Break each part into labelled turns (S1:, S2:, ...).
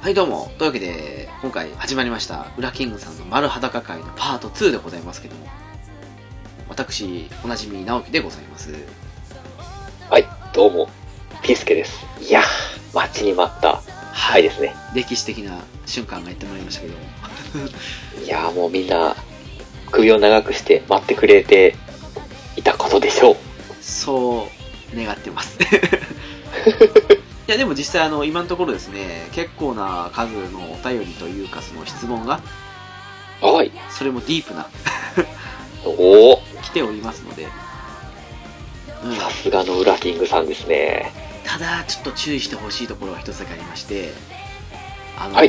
S1: はいどうも。というわけで、今回始まりました、ウラキングさんの丸裸会のパート2でございますけども、私、おなじみ、直樹でございます。
S2: はい、どうも、ピースケです。いや待ちに待った回ですね。
S1: 歴史的な瞬間がやってまいりましたけども。
S2: いやもうみんな、首を長くして待ってくれていたことでしょう。
S1: そう、願ってます。いやでも実際あの今のところですね結構な数のお便りというかその質問が
S2: はい
S1: それもディープな
S2: おお
S1: 来ておりますので、
S2: うん、さすがのウラキングさんですね
S1: ただちょっと注意してほしいところは一つだけありましてあの、はい、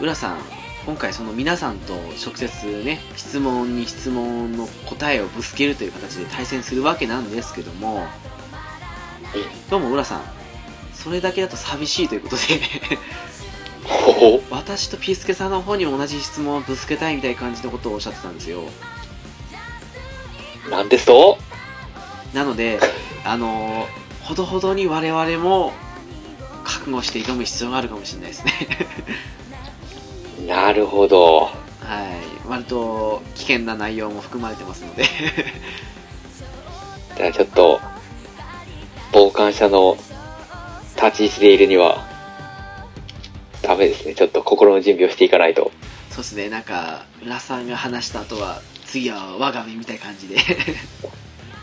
S1: ウラさん今回その皆さんと直接ね質問に質問の答えをぶつけるという形で対戦するわけなんですけども、うん、どうもウラさんそれだけだと寂しいということで 私とピースケさんの方にも同じ質問をぶつけたいみたいな感じのことをおっしゃってたんですよ
S2: なんですと
S1: なのであのー、ほどほどに我々も覚悟して挑む必要があるかもしれないですね
S2: なるほど
S1: はい割と危険な内容も含まれてますので
S2: じゃあちょっと傍観者の立ち位置でいるには、ダメですね。ちょっと心の準備をしていかないと。
S1: そうですね。なんか、ラさんが話した後は、次は我が身みたいな感じで。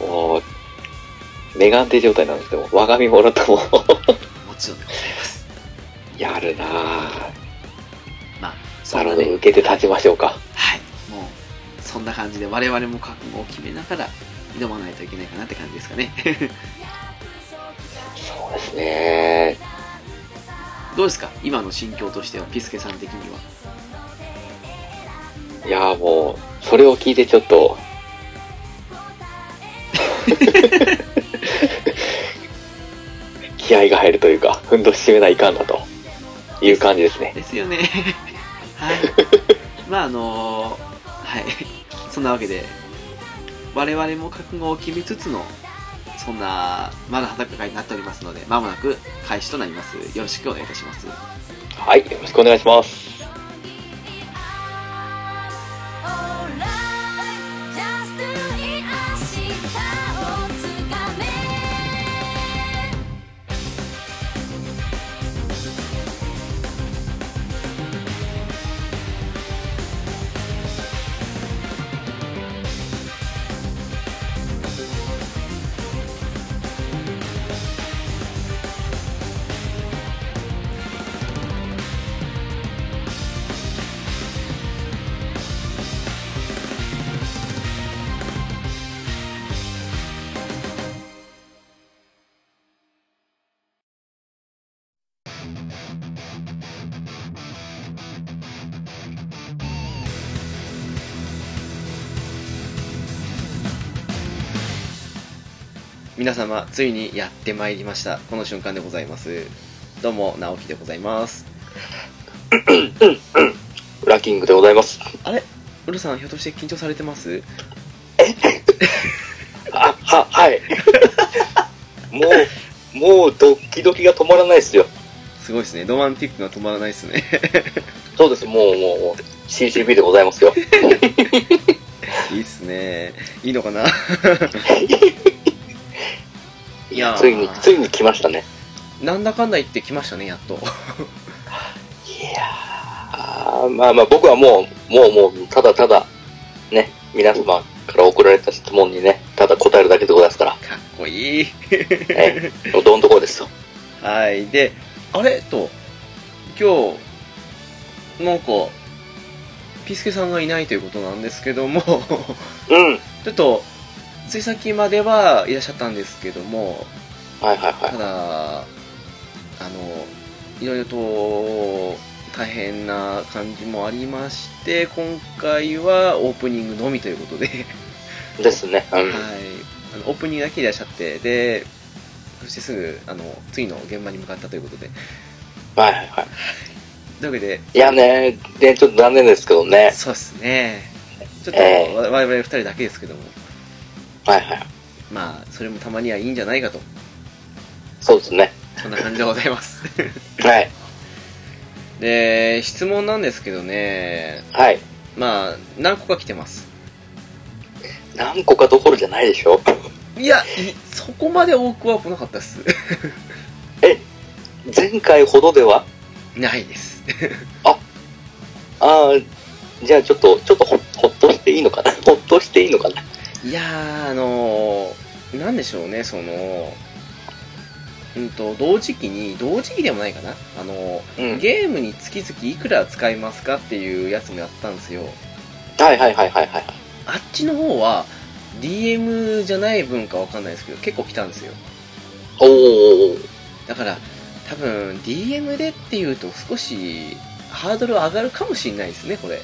S2: もう、メガンテ状態なんですけど、我が身もろとも。も
S1: ちろんでございます。
S2: やるなぁ。
S1: まあ、
S2: そ、ね、なるほど。受けて立ちましょうか。
S1: はい。もう、そんな感じで我々も覚悟を決めながら、挑まないといけないかなって感じですかね。
S2: そうですね
S1: どうですか今の心境としてはピスケさん的にはい
S2: やもうそれを聞いてちょっと 気合が入るというかふんどし締めないかんだという感じですね
S1: ですよね はいまああのー、はいそんなわけで我々も覚悟を決めつつのそんな、まだ裸会になっておりますので、まもなく開始となります。よろしくお願いいたします。
S2: はい、よろしくお願いします。
S1: 皆様ついにやってまいりましたこの瞬間でございますどうも直樹でございます
S2: ウラキングでございます
S1: あれウルさんひょっとして緊張されてます
S2: えあははい もうもうドキドキが止まらないですよ
S1: すごいですねロマンティックが止まらないですね
S2: そうですもうもう CCB でございますよ
S1: いいっすねいいのかない
S2: やついに、ついに来ましたね。
S1: なんだかんだ言って来ましたね、やっと。い
S2: やまあまあ僕はもう、もうもう、ただただ、ね、皆様から送られた質問にね、ただ答えるだけでございますから。
S1: かっこいい。
S2: え え、ね、どんとこですよ。
S1: はい、で、あれと、今日、なんか、ピスケさんがいないということなんですけども
S2: うん。
S1: ちょっと、つい先まではいらっしゃったんですけども、
S2: はいはいはい、
S1: ただあのいろいろと大変な感じもありまして今回はオープニングのみということで
S2: ですね、
S1: うん、はいあのオープニングだけいらっしゃってでそしてすぐあの次の現場に向かったということで
S2: はいはいはい
S1: というわけで
S2: いやねでちょっと残念ですけどね
S1: そうですねちょっと、えー、我々2人だけですけども
S2: はいはい。
S1: まあ、それもたまにはいいんじゃないかと。
S2: そうですね。
S1: そんな感じでござい ます。
S2: はい。
S1: で、質問なんですけどね、
S2: はい。
S1: まあ、何個か来てます。
S2: 何個かどころじゃないでしょ
S1: いや、いそこまで多くは来なかったっす。
S2: 前回ほどでは
S1: ないです。
S2: ああ、じゃあちょっと、ちょっとほほっとしていいのかなほっとしていいのかない
S1: やー、あのー、なんでしょうね、その、うんと、同時期に、同時期でもないかな、あの
S2: う
S1: ー、。ゲームに月々いくら使いますかっていうやつもやったんですよ。
S2: はいはいはいはいはい。
S1: あっちの方は、DM じゃない分かわかんないですけど、結構来たんですよ。
S2: おー。
S1: だから、多分 DM でっていうと少しハードル上がるかもしれないですね、これ。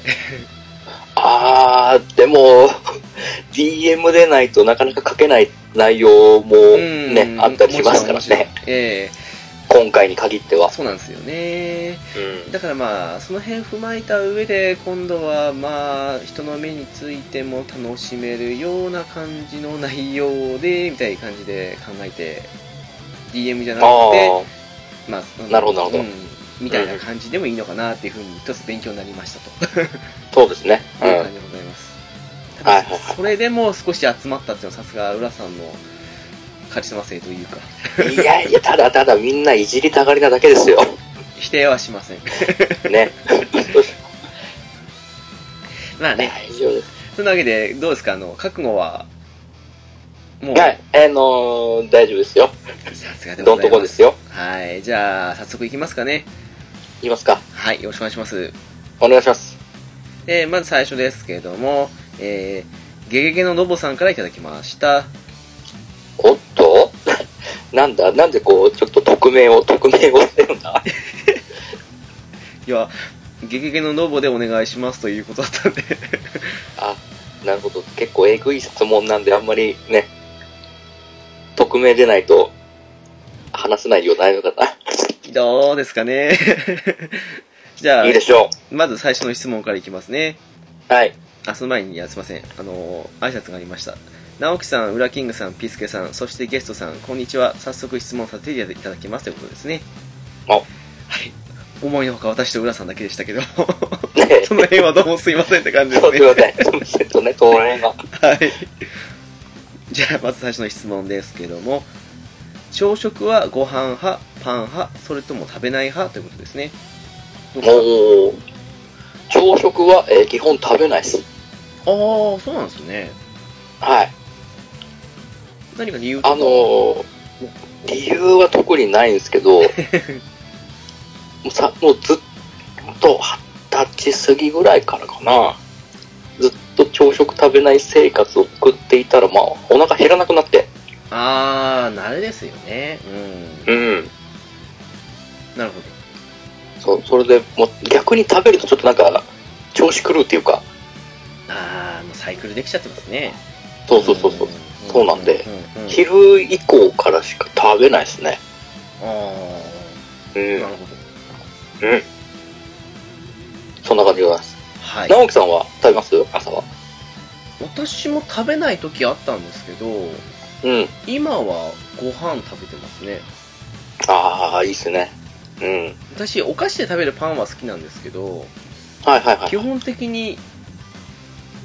S2: あー、でも、DM でないとなかなか書けない内容もね、あったりしますから
S1: もちろん
S2: ね。。
S1: もちろんえ
S2: 今回に限って
S1: え
S2: は。
S1: そうなんですよね。
S2: うん
S1: だからまあ、その辺踏まえた上で、今度はまあ、人の目についても楽しめるような感じの内容で、みたいな感じで考えて、DM じゃなく
S2: あ
S1: て、
S2: ー
S1: まあ、その
S2: なるほどなるほど
S1: うんみたいな感じでもいいのかなっていうふうに一つ勉強になりましたと。
S2: そうですね。
S1: という感じでございます。た
S2: はい
S1: だ
S2: はいは、い
S1: それでも少し集まったっていうのはさすが浦さんのカリスマ性というか、
S2: うん。いやいや、ただただみんないじりたがりなだけですよ。
S1: 否定はしません。
S2: ね。
S1: まあね、
S2: 大丈夫です。
S1: そんなわけで、どうですか、あの、覚悟は、もう、
S2: はい。あのー、大丈夫ですよ。
S1: さすがで
S2: ど
S1: ご
S2: ん
S1: ざ
S2: と
S1: いま
S2: こ
S1: す。
S2: ですよ。
S1: はい、じゃあ、早速いきますかね。
S2: いきますか。
S1: はい、よろしくお願いします。
S2: お願いします。
S1: で、まず最初ですけれども、えー、ゲゲゲののぼさんからいただきました。
S2: おっと なんだなんでこう、ちょっと匿名を、匿名をしてるんだ
S1: いや、ゲゲゲののぼでお願いしますということだったんで、
S2: あ、なるほど。結構えぐい質問なんで、あんまりね、匿名でないと話せないようないのか
S1: どうですかね。 じゃ
S2: な。
S1: あ、
S2: いいでしょ
S1: まず最初の質問からいきますね。
S2: う。はい。
S1: あ、その前に、いや、すいません。あのー、挨拶がありました。直樹さん、裏キングさん、ピースケさん、そしてゲストさん、こんにちは。早速質問させていただきますということですね。
S2: あ
S1: はい。思いのほか私と浦さんだけでしたけど、
S2: ねえ。
S1: その辺はどうもすいませんって感じです
S2: そう
S1: ね。
S2: すいません。すいません とね、当然が。
S1: はい。じゃあ、まず最初の質問ですけども、朝食はご飯派、パン派、それとも食べない派ということですね。どうですか
S2: おー朝食は、えー基本食べないです。
S1: あー、そうなんですね。
S2: はい。
S1: 何か理由とか
S2: あのー理由は特にないんですけど、もうさもうずっと二十歳過ぎぐらいからかな、ずっと朝食食べない生活を送っていたら、まあ、お腹減らなくなって。
S1: あー、慣れですよね。うん。
S2: うん。
S1: なるほ
S2: そそれで、もう逆に食べるとちょっとなんか、調子狂うっていうか、
S1: ど。あー、もうサイクルできちゃってますね。
S2: そうそうそうそう。
S1: ん
S2: そうなんで
S1: うんうん
S2: 昼以降からしか食べないですね。
S1: あ
S2: う。
S1: ー、なんるほど。
S2: そんな感じでございます。
S1: はい。
S2: 直樹さんは食べます朝は。
S1: 私も食べない時あったんですけど、
S2: うん。
S1: 今はご飯食べてますね。
S2: ああ、いいっすね。うん。
S1: 私、お菓子で食べるパンは好きなんですけど、
S2: はいはいはい
S1: 基。本的に、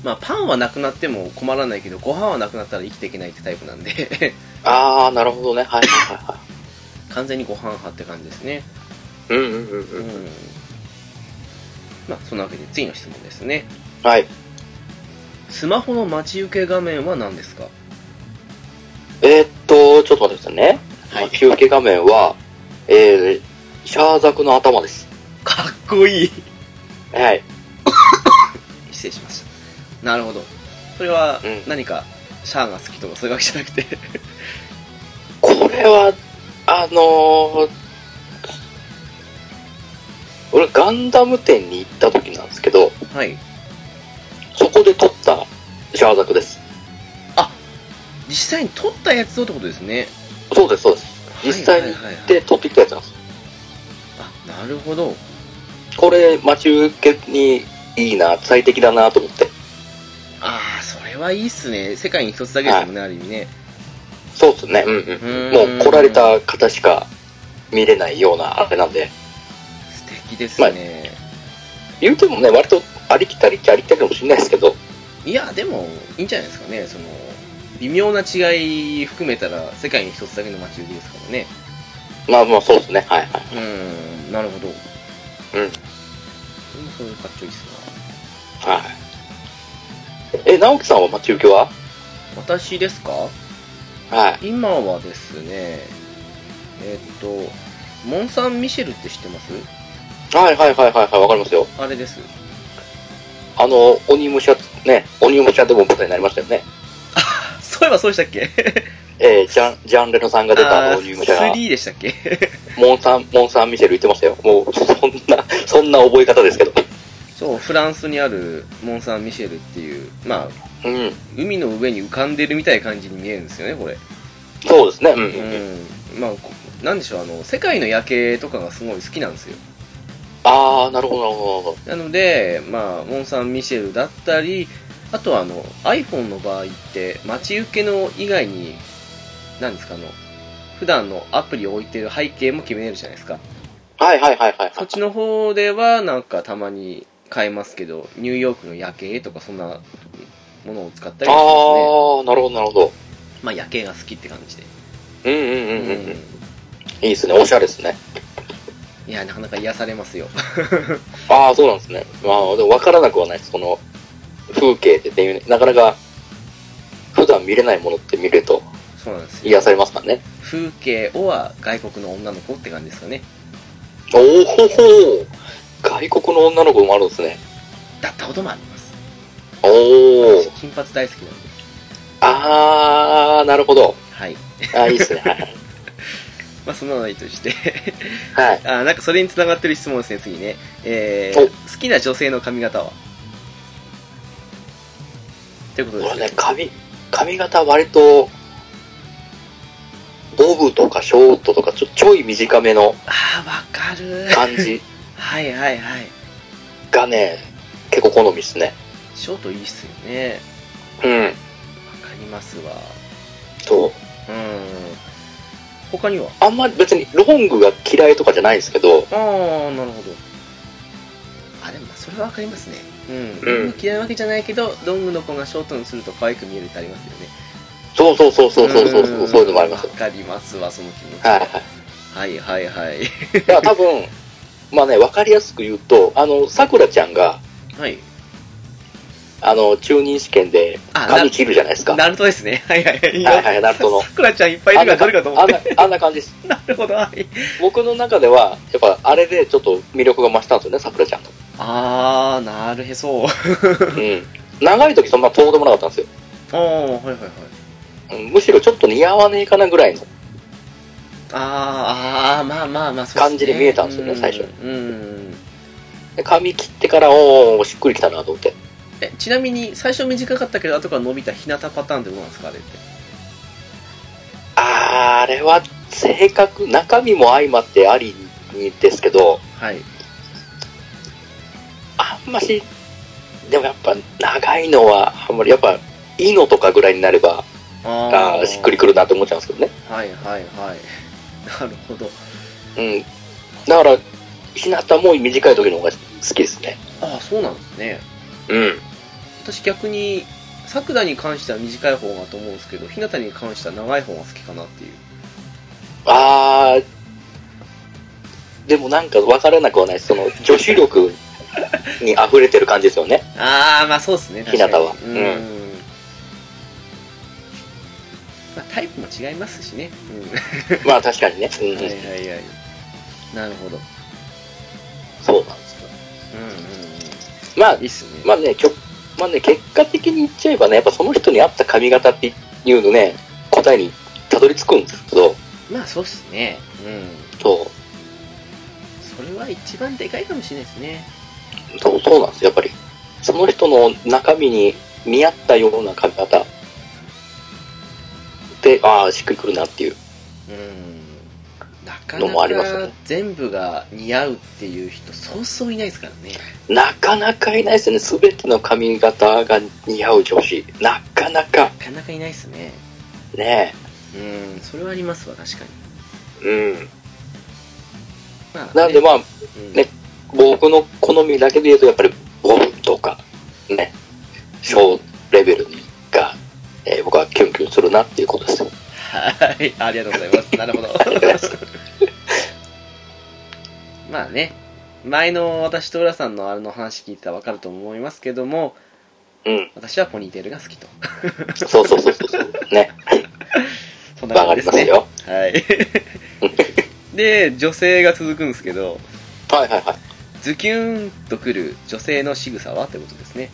S1: まあ、パンはなくなっても困らないけど、ご飯はなくなったら生きていけないってタイプなんで、
S2: ああ、なるほどね。はいはいはいは
S1: 完全にご飯派って感じですね。
S2: い。うんうんうん
S1: う
S2: うん。
S1: んまあ、そんなわけで次の質問ですね。
S2: はい。
S1: スマホの待ち受け画面は何ですか
S2: えー、っと、ちょっと待ってくださいね。
S1: はい
S2: 待ち受け画面は、えー、シャーザクの頭です。
S1: かっこいい
S2: はい。
S1: 失礼しました。なるほど。それは
S2: うん
S1: 何か、シャアが好きとかそういうわけじゃなく て
S2: これは、あのー、俺、ガンダム店に行った時なんですけど、
S1: はい。
S2: そこで撮ったシャーザクです。
S1: 実際に撮ったやつをってことですね。
S2: そうです、そうです。実際に
S1: はいはいはいはい
S2: で、撮ってきたやつなんです。
S1: あ、なるほど。
S2: これ、待ち受けにいいな、最適だなと思って。
S1: ああ、それはいいっすね。世界に一つだけですもんね、ある意味ね。
S2: そうですね。うん
S1: うーん
S2: もう来られた方しか見れないようなあれなんで、
S1: 素敵ですね。
S2: 言うてもね、割とありきたりっちゃありきたりかもしれないですけど、
S1: いや、でも、いいんじゃないですかね。その、微妙な違い含めたら、世界に一つだけの街売りですからね。
S2: まあまあそうですね、はいはい。
S1: うん、なるほど。うん。それもかっちょいいっすな。
S2: はい。え、直樹さんは待ち受けは
S1: 私ですか
S2: はい。
S1: 今はですね、えっと、モン・サン・ミシェルって知ってます
S2: はいはいはいはいはい、わかりますよ。
S1: あれです。
S2: あの、鬼武者、ね、鬼武者でも舞台になりましたよね。
S1: そういえばそうでしたっけ
S2: えー、ジャン、ジャンレノさんが出たあの鬼武者が、
S1: 3でしたっけ
S2: モンサン、モンサンミシェル言ってましたよ。もう、そんな、そんな覚え方ですけど。
S1: そう、フランスにあるモン・サン・ミシェルっていう、まあ、
S2: うん。
S1: 海の上に浮かんでるみたいな感じに見えるんですよね、これ。
S2: そうですね、うん。
S1: うん、まあ、こなんでしょう、あの、世界の夜景とかがすごい好きなんですよ。
S2: あー、なるほどなるほど。
S1: なので、まあ、モン・サン・ミシェルだったり、あとはあの、iPhone の場合って、待ち受けの以外に、なんですか、あの、普段のアプリを置いてる背景も決めれるじゃないですか。
S2: はいはいはいはい。
S1: そっちの方では、なんかたまに買えますけど、ニューヨークの夜景とかそんなものを使ったり
S2: あ
S1: もしますね。
S2: ー、なるほどなるほど。
S1: まあ、夜景が好きって感じで。
S2: うんうん
S1: う
S2: うんうん。うん、いいですね、おしゃれですね。
S1: いや、なかなか癒されますよ。
S2: ああ、そうなんですね。まあ、でも分からなくはないです。この風景ってね、なかなか普段見れないものって見ると
S1: そうなんですよ。
S2: 癒されますからね。
S1: 風景をは外国の女の子って感じですかね。
S2: おおほほ外国の女の子もあるんですね。
S1: だったこともあります。
S2: おお
S1: 私金髪大好きなんで。
S2: あー、なるほど。
S1: はい。
S2: あーいいです ね。はい
S1: まあ、そんなのはいいとして。
S2: はい。
S1: あ、なんかそれに繋がってる質問ですね、次ね。え
S2: お
S1: ー、好きな女性の髪型はということです
S2: 俺
S1: ね
S2: ね、。髪、髪型割と、ボブとかショートとかちょ、ちょい短めの
S1: あー、わかる。
S2: 感じ
S1: はいはいはい。
S2: がね、結構好みですね。
S1: ショートいいっすよね。
S2: うん。
S1: わかりますわ。う
S2: そう。
S1: ん。他には
S2: あんまり別にロングが嫌いとかじゃないんですけど、
S1: あー、なるほど。あ、でもそれはわかりますね。うん。
S2: うん
S1: 僕も嫌いなわけじゃないけど、ロングの子がショートにすると可愛く見えるってありますよね。
S2: そうそうそうそうそうそうそう、
S1: ん
S2: そういうのもあります
S1: わ。かりますわ、その気持ち。
S2: はい
S1: は
S2: はい。
S1: いはいはい。
S2: だから多分、 まあね、わかりやすく言うと、あの、さくらちゃんが、
S1: はい。
S2: あの、中任試験で
S1: あ
S2: 髪切るじゃないですか。は
S1: ナルトですね。 はいはいい。
S2: はい、ナルトの。
S1: さくらちゃんいっぱいい
S2: あん
S1: るから
S2: な
S1: どれかと思
S2: あ
S1: っ
S2: ん
S1: て。
S2: なあんな感じです。
S1: なるほど。はい
S2: 僕の中では、やっぱあれでちょっと魅力が増したんですよね、さくらちゃんの。
S1: あー、なるへそ。
S2: うん。長い時そんな遠でもなかったんですよ。
S1: あー、はいはいはい。
S2: うんむしろちょっと似合わねえかなぐらいの。
S1: あー、あー、まあまあまあ、そう
S2: 感じで見えたんですよね最初
S1: うんうん。
S2: で髪切ってから、おー、しっくりきたなと思って。
S1: え、ちなみに、最初短かったけど、後から伸びた日向パターンってどうなんですかあれって。
S2: あーあれは性格、中身も相まってありですけど、
S1: はい。
S2: あんまし、でもやっぱ長いのは、あんまりやっぱ、いいのとかぐらいになれば、
S1: あ
S2: あーしっくりくるなって思っちゃうんですけどね。
S1: はいはい はい。なるほど。
S2: うん。だから、日向も短い時の方が好きですね。
S1: ああ、そうなんですね。
S2: うん。
S1: 私逆に、桜に関しては短い方がと思うんですけど、日向に関しては長い方が好きかなっていう。
S2: あー、でもなんか分からなくはないですその、女子力に溢れてる感じですよね。
S1: ああ、まあそうですね、
S2: 日向は
S1: 確かに
S2: うん
S1: うん。まあタイプも違いますしね。
S2: まあ確かにね。う。
S1: うんん。はいはいはい。なるほど。
S2: そうなんですよ。
S1: うんうん
S2: まあ
S1: うん。いいっすね。
S2: まあね、きょまあね、結果的に言っちゃえばね、やっぱその人に合った髪型っていうのね、答えにたどり着くんですけど、
S1: まあそうっすね。うん。
S2: そ
S1: それは一番でかいかもしれないですね。
S2: う、そうそうなんですよ、やっぱり。その人の中身に見合ったような髪型で、ああ、しっくりくるなっていう。
S1: うん。なか
S2: のもあります
S1: な
S2: よ
S1: か
S2: ね
S1: 全部が似合うっていう人、そうそういないですからね。
S2: なかなかいないですよね、すべての髪型が似合う女子。なかなか、
S1: なかなかいないですね。
S2: ね
S1: うん、それはありますわ、確かに。
S2: え。うん。
S1: まあね
S2: なんでまあ、
S1: うん
S2: ね僕の好みだけで言うと、やっぱり、ボンとか、ね、小レベルが、えー僕はキュンキュンするなっていうことですよ。
S1: はい、ありがとうございます。なるほど。まあね、前の私と浦さんのあれの話聞いてたらわかると思いますけども、
S2: うん。
S1: 私はポニーテールが好きと。
S2: そうそうそうそう。ね。
S1: そんな
S2: わか
S1: 感じで
S2: り
S1: す
S2: ます
S1: ね。
S2: よ。
S1: はい。で、女性が続くんですけど、
S2: はいはいはい。
S1: ズキュンとくる女性の仕草はってことですね。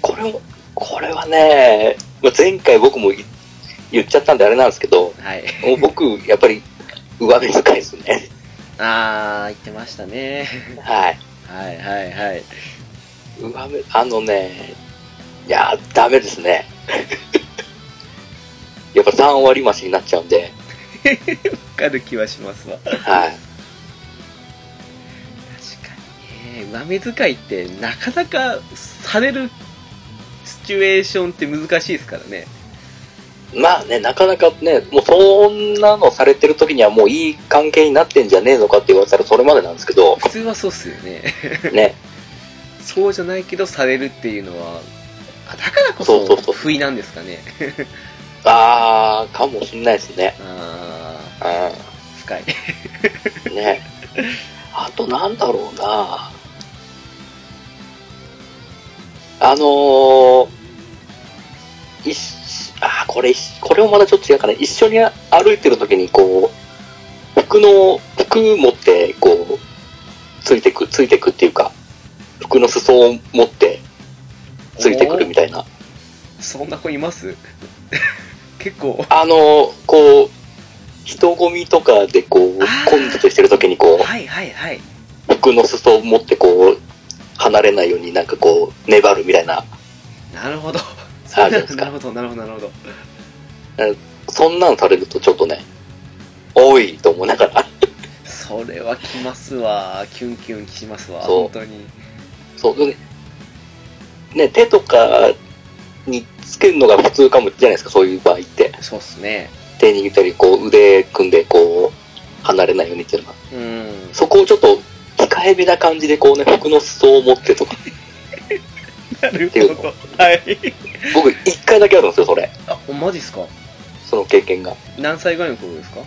S2: これも、これはね、まあ前回僕も言言っちゃったんであれなんですけど、
S1: はい。
S2: もう僕、やっぱり、上目遣いですね。
S1: あー、言ってましたね。
S2: はい。
S1: はいはいはい。
S2: 上目、あのね、いやー、ダメですね。やっぱ3割増しになっちゃうんで、
S1: わかる気はしますわ。確か
S2: はい。
S1: にね、上目遣いってなかなかされるシチュエーションって難しいですからね。
S2: まあね、なかなかね、もうそんなのされてる時にはもういい関係になってんじゃねえのかって言われたらそれまでなんですけど、
S1: 普通はそうっすよね。
S2: ね、
S1: そうじゃないけどされるっていうのは、あだからこそ
S2: そうそうそう
S1: 不意なんですかね。
S2: あー、かもしんないですね。
S1: あ
S2: う
S1: ー、深い。
S2: ん、ね。あとなんだろうなあのー、一緒、あー、これ一緒、これもまだちょっと違うかね。一緒に歩いてる時にこう、服の、服持って、こう、ついてく、ついてくっていうか、服の裾を持って、 ついてくるみたいな。
S1: そんな子います 結構。
S2: あの、こう、人混みとかでこう
S1: あー、
S2: 混雑してる時にこ
S1: はいはいはい。
S2: う、僕の裾を持ってこう、離れないようになんかこう、粘るみたいな、
S1: なるほど。
S2: あるじゃないです
S1: なるほ
S2: か。
S1: ど、なるほど、なるほど。
S2: そんなんされるとちょっとね、多いと思いながら。
S1: それはきますわ。キュンキュンきますわ。
S2: そう
S1: 本当に。
S2: そう。でね、手とかにつけるのが普通かもじゃないですか、そういう場合って。
S1: そうっすね。
S2: 手握ったり、こう、腕組んでこう、離れないようにっていうのが。
S1: うん。
S2: そこをちょっと、控えめな感じでこうね、服の裾を持ってとか。
S1: なる
S2: ていう
S1: ほど。はい。
S2: 僕、一回だけあるんですよ、それ。
S1: あ、おマジっすか
S2: その経験が。
S1: 何歳ぐらいの頃ですか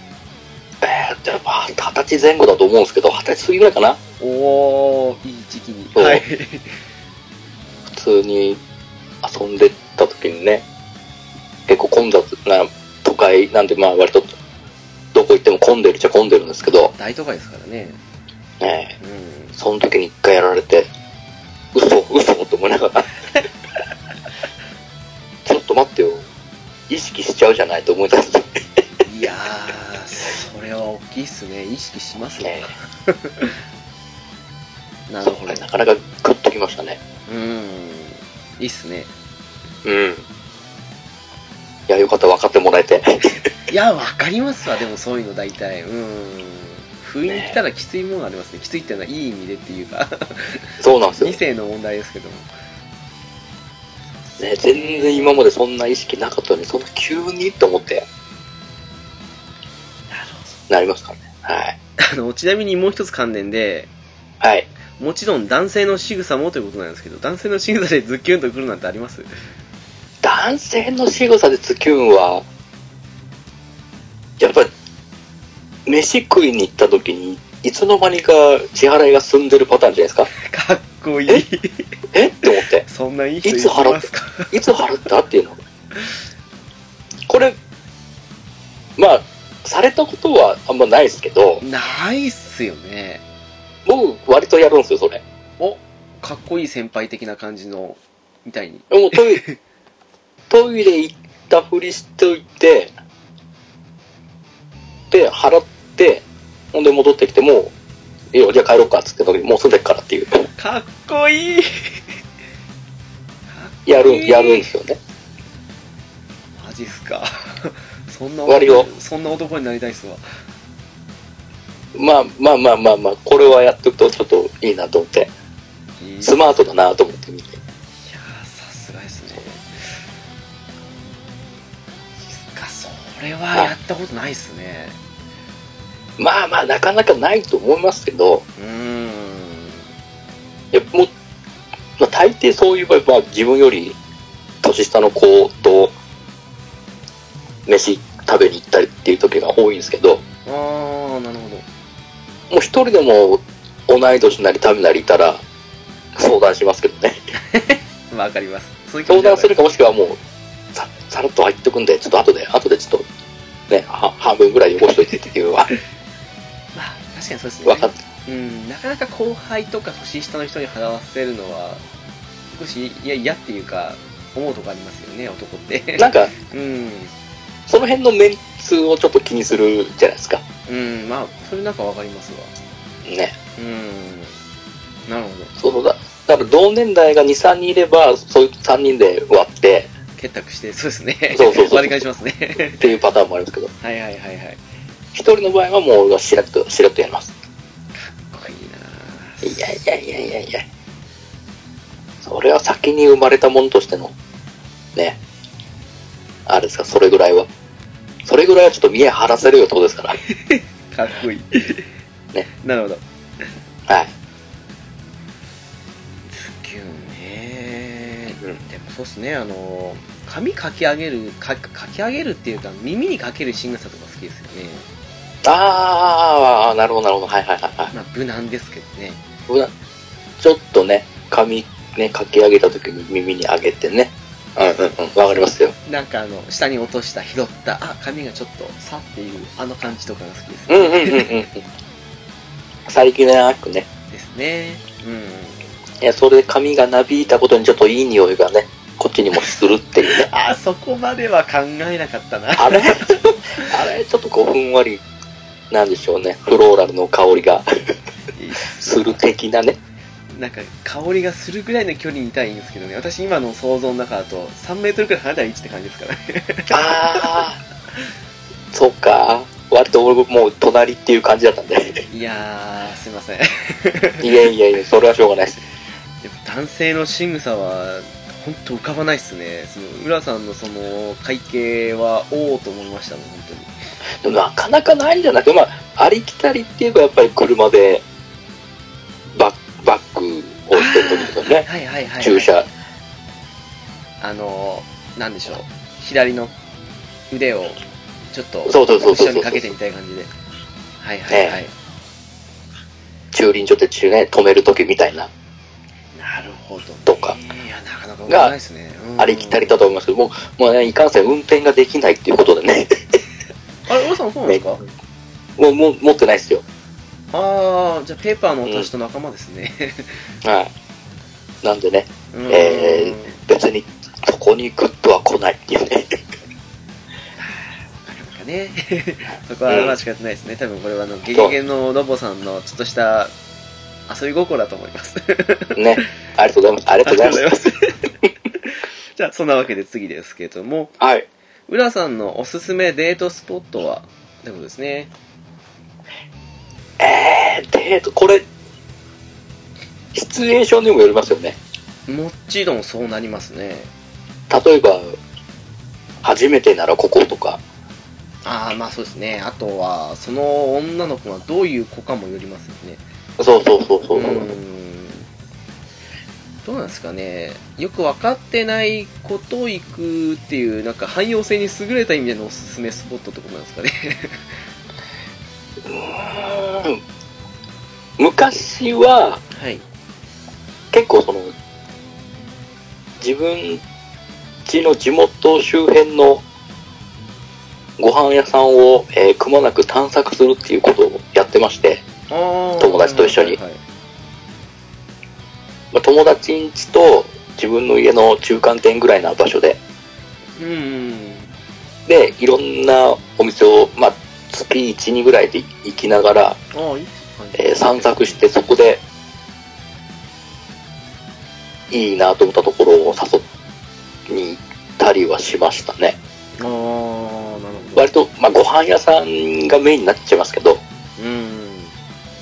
S2: えー、じゃあ、まあ、二十歳前後だと思うんですけど、二十歳過ぎぐらいかな
S1: おー、いい時期に。
S2: そう
S1: はい。
S2: 普通に遊んでた時にね、結構混雑な都会なんで、まあ割と、どこ行っても混んでるっちゃ混んでるんですけど、
S1: 大都会ですからね。
S2: ね
S1: うん
S2: え、。その時に一回やられて、嘘、嘘と思いながら、 ちょっと待ってよ、意識しちゃうじゃないと思い出して、
S1: いやー、それは大きいっすね。意識しますね。なる
S2: そ
S1: ほ
S2: う
S1: ど
S2: ね。なかなかグッときましたね。
S1: うん。いいっすね。
S2: うん。いや、よかった、分かってもらえて。
S1: いや、わかりますわ。でもそういうの大体。うん。不意に来たらきついもんありますね。きついっていうのはいい意味でっていうか、
S2: そうなんですよ
S1: 理。性の問題ですけども。
S2: ね、全然今までそんな意識なかったのに、そんな急にと思って
S1: なる
S2: なりますからね。はい。
S1: あの、ちなみにもう一つ関連で、
S2: はい。
S1: もちろん男性の仕草もということなんですけど、男性の仕草でズッキュンとくるなんてあり ます
S2: 男性の仕草でズキュンは、やっぱり、飯食いに行った時に、いつの間にか支払いが済んでるパターンじゃないですか。
S1: かっこいい。
S2: えって思って。
S1: そんないい人い
S2: いつ払う
S1: ますか
S2: いつ払ったっていうの。これ、まあ、されたことはあんまないですけど、
S1: ないっすよね。
S2: 僕割とやるんですよ、それ。
S1: お、かっこいい先輩的な感じの、みたいに。
S2: もうトイレ、トイレ行ったふりしておいて、で、払って、ほんで戻ってきて、もう、いいよ、じゃあ帰ろうかっつって時に、もうすんでっからっていう。
S1: かっこいい。
S2: やる、
S1: えー
S2: やるんですよね。
S1: マジっすか。 そんな
S2: 終わりよ
S1: 男、そんな男になりたいっすわ。
S2: まあまあまあまあまあ、これはやっとくとちょっといいなと思って、
S1: いい
S2: スマートだなと思って見て。
S1: いやーさすがですねマジっすかそれはやったことないっすね
S2: まあまあ、なかなかないと思いますけど、
S1: うーん。
S2: いやもう、まあ、大抵そういう場合、まあ、自分より年下の子と飯食べに行ったりっていう時が多いんですけど、
S1: ああ、なるほど。
S2: もう一人でも同い年なりためなりいたら相談しますけどね。
S1: わかります。そういう気持
S2: 相
S1: ちは
S2: 談
S1: わ
S2: す
S1: か
S2: る
S1: り
S2: かもしくはもうささらっと入っておくんで、ちょっと後で、後でちょっと、ね、は半分ぐらい汚しといてっていうのは
S1: まあ、確かにそうですね。
S2: 分かって、
S1: うん、なかなか後輩とか年下の人に払わせるのは、少し、いや、嫌っていうか、思うとこありますよね、男って。
S2: なんか
S1: うん。
S2: その辺のメンツをちょっと気にするじゃないですか。
S1: うん、まあ、それなんかわかりますわ。
S2: ね。
S1: うん。なるほど。
S2: そうそうだ。だから同年代が2、3人いれば、そういう3人で割って
S1: 結託して、そうですね。
S2: そうそうそう
S1: 割り返しますね。
S2: っていうパターンもあるんですけど、
S1: はいはいはいはい。
S2: 一人の場合はもう俺はしらっと、しらっとやります。
S1: かっこいいなぁ
S2: いやいやいやいやいや。それは先に生まれたものとしての、ね。あれですか、それぐらいは。それぐらいはちょっと見え張らせるよってことですから。
S1: かっこいい。
S2: ね
S1: なるほど。
S2: はい。
S1: キュンね
S2: うん。
S1: でもそうっすね、あの、髪かき上げる、かかき上げるっていうか、耳にかける仕草とか好きですよね。
S2: あー、なるほどなるほど。はいはいはいはい
S1: まあ、無難ですけどね。
S2: うわ。ちょっとね、髪ね、かき上げた時に耳に上げてね。うんうんうん。わかりますよ。
S1: なんかあの、下に落とした、拾った、あ、髪がちょっと、さっていう、あの感じとかが好きです
S2: う
S1: ね。
S2: んうんうんうん。最近なくね。
S1: ですね。うん。
S2: いや、それで髪がなびいたことにちょっといい匂いがね、こっちにもするっていうね。
S1: あそこまでは考えなかったな。
S2: あれ、あれ、ちょっとこう、ふんわり、なんでしょうね、フローラルの香りがする的なね。
S1: なんか、香りがするぐらいの距離にいたいんですけどね。私今の想像の中だと、3メートルくらい離れたら位置って感じですからね。
S2: あー、そうか。割と俺もう隣っていう感じだったんで。
S1: い やー、すいません。
S2: いやいやいや、それはしょうがないです。
S1: でも男性の仕草は、ほんと浮かばないっすね。その、浦さんのその、会計は、おおと思いましたもん、本当に。
S2: でもなかなかないんじゃなくて、まあ、ありきたりって言えばやっぱり車でバッ、バックをしてる時とかね。
S1: はいはいはい、はい。
S2: 駐車。
S1: あの、なんでしょう。左の腕を、ちょっと、
S2: そうそうそうそ
S1: 後
S2: うそう
S1: ろにかけてみたい感じで。はいはいはい。
S2: 駐輪場で中ね、止める時みたいな、
S1: なるほど、ね。
S2: とか。
S1: いや、なかなか浮かばないですね。うん
S2: ありきたりだと思いますけど、もう、もうね、いかんせん運転ができないっていうことでね。
S1: あれ、おさんそうなんですか、
S2: もう、もう持ってないですよ。
S1: ああ、じゃあ、ペーパーの私と仲間ですね。
S2: はい。なんでね、
S1: うん
S2: え別に、そこにグッとは来ないっていうね。
S1: なかなかね、そこはまあ仕方ないですね。多分これはあの、ゲゲゲのロボさんのちょっとした遊び心だと思います。
S2: ね。ありがとうございます。ありがとうございます。
S1: す。 じゃあ、そんなわけで次ですけども、
S2: はい。
S1: 浦さんのおすすめデートスポットはってことですね。
S2: えー、デート、これ、シチュエーションにもよりますよね。
S1: もちろんそうなりますね。
S2: 例えば、初めてならこことか。
S1: ああ、まあそうですね。あとは、その女の子がどういう子かもよりますよね。
S2: そうそうそうそう。
S1: うんどうなんですかねよく分かってないことを行くっていうなんか汎用性に優れた意味でのおすすめスポットってことなんですかね
S2: うん昔は、
S1: はい
S2: 結構その、自分家の地元周辺のご飯屋さんを、えーくまなく探索するっていうことをやってまして、
S1: 友
S2: 友達と一緒にまあ、友達ん家と自分の家の中間点ぐらいな場所で、
S1: うん
S2: で、いろんなお店を、まあ、月1、2ぐらいで行きながら、
S1: ああいいっすね
S2: えー散策してそこで、いいなと思ったところを誘いに行ったりはしましたね。
S1: ああなるほど
S2: 割と、まあ、ご飯屋さんがメインになっちゃいますけど、
S1: うん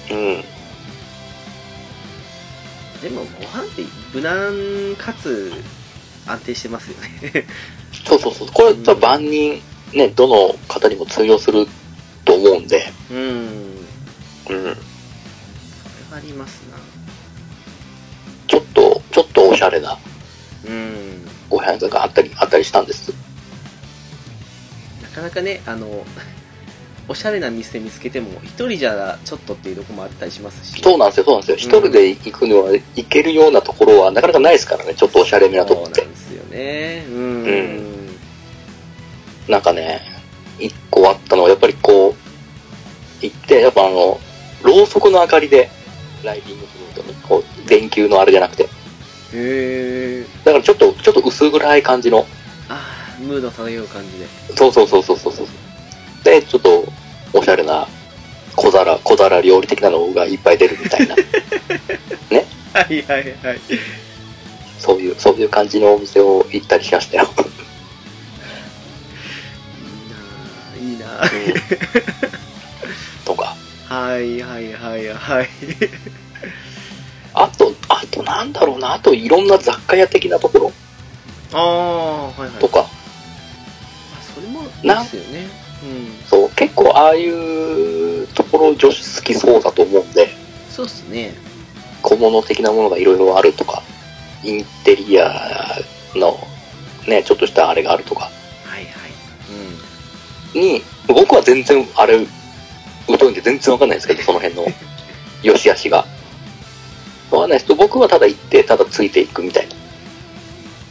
S2: うん。
S1: でもご飯って無難かつ安定してますよね
S2: そうそうそう。これは万人、ね、どの方にも通用すると思うんで、
S1: うん。
S2: うん。
S1: ありますな。
S2: ちょっと、ちょっとおしゃれな
S1: うん。
S2: ご飯屋さんがあったり、あったりしたんです。
S1: なかなかね、あの、 おしゃれな店見つけても、一人じゃちょっとっていうとこもあったりしますし。
S2: そうなんですよ、そうなんですよ。一人で行くのは、行けるようなところはなかなかないですからね、ちょっとおしゃれめなとこ
S1: そうな
S2: っ
S1: ん
S2: て。
S1: ですよね。うん。
S2: うなんかね、一個あったのは、やっぱりこう、行って、やっぱあの、ろうそくの明かりで、ライティングするのとね、こう、電球のあれじゃなくて。
S1: へえ。
S2: だからちょっと、ちょっと薄暗い感じの、
S1: ああ、ムード漂う感じで。
S2: そうそうそうそうそうそう。で、ちょっと、おしゃれな、小皿、小皿料理的なのがいっぱい出るみたいな、
S1: はいはいはい。
S2: そういう、そういう感じのお店を行ったりしましたよ。
S1: いいなぁいいなぁ
S2: とか。
S1: はいはいはいはい。
S2: あと、あとなんだろうな、あといろんな雑貨屋的なところ
S1: ああ、はいはい。
S2: とか、
S1: あそれもいい
S2: な
S1: ですよね。うん。
S2: そう、結構ああいうところ女子好きそうだと思うんで、
S1: そうっすね。
S2: 小物的なものがいろいろあるとか、インテリアのね、ちょっとしたあれがあるとか、
S1: はいはい。
S2: に、僕は全然あれ、疎いんで全然わかんないんですけど、その辺の良し悪しが。わかんないですけど、僕はただ行って、ただついていくみたいな。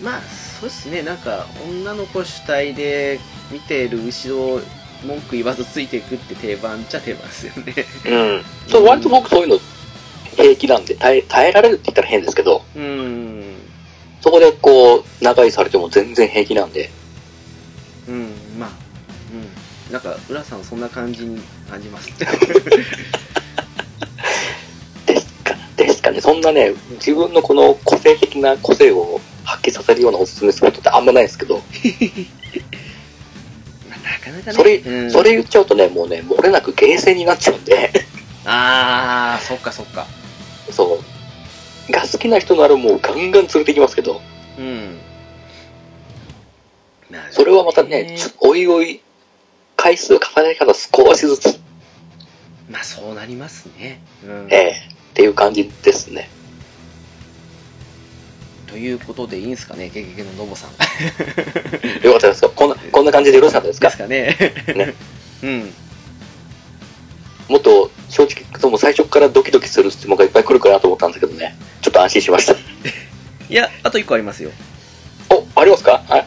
S1: うん。まあ、そうっすね。なんか、女の子主体で見てる後ろを文句言わずついていくって定番っちゃ定番ですよね。
S2: うん。そう割と僕そういうの平気なんで、耐え、耐えられるって言ったら変ですけど、
S1: うん。
S2: そこでこう、長居されても全然平気なんで、
S1: うん、まあ、うん。なんか、浦さんそんな感じに感じます。
S2: ですか、ですかね。そんなね、自分のこの個性的な個性を発揮させるようなおすすめスポットってあんまないんですけど、
S1: まあなかなかね。
S2: そ れ
S1: うん、
S2: それ言っちゃうとね、もうね、漏れなくゲーセンになっちゃうんで、
S1: ああ、そっかそっか。
S2: そう。が好きな人ならもうガンガン連れてきますけど、
S1: うん。なるほどね
S2: それはまたね、ちょおいおい、回数重ね方少しずつ、
S1: まあそうなりますね。うん。
S2: ええっていう感じですね。
S1: ということでいいんですかね、ゲゲゲのノボさん。
S2: よかったですかこんな、こんな感じでよろしかったです
S1: で
S2: か
S1: すかね。
S2: ね
S1: うん。
S2: もっと正直、その最初からドキドキする質問がいっぱい来るかなと思ったんですけどね、ちょっと安心しました。
S1: いや、あと一個ありますよ。
S2: お、ありますかあ、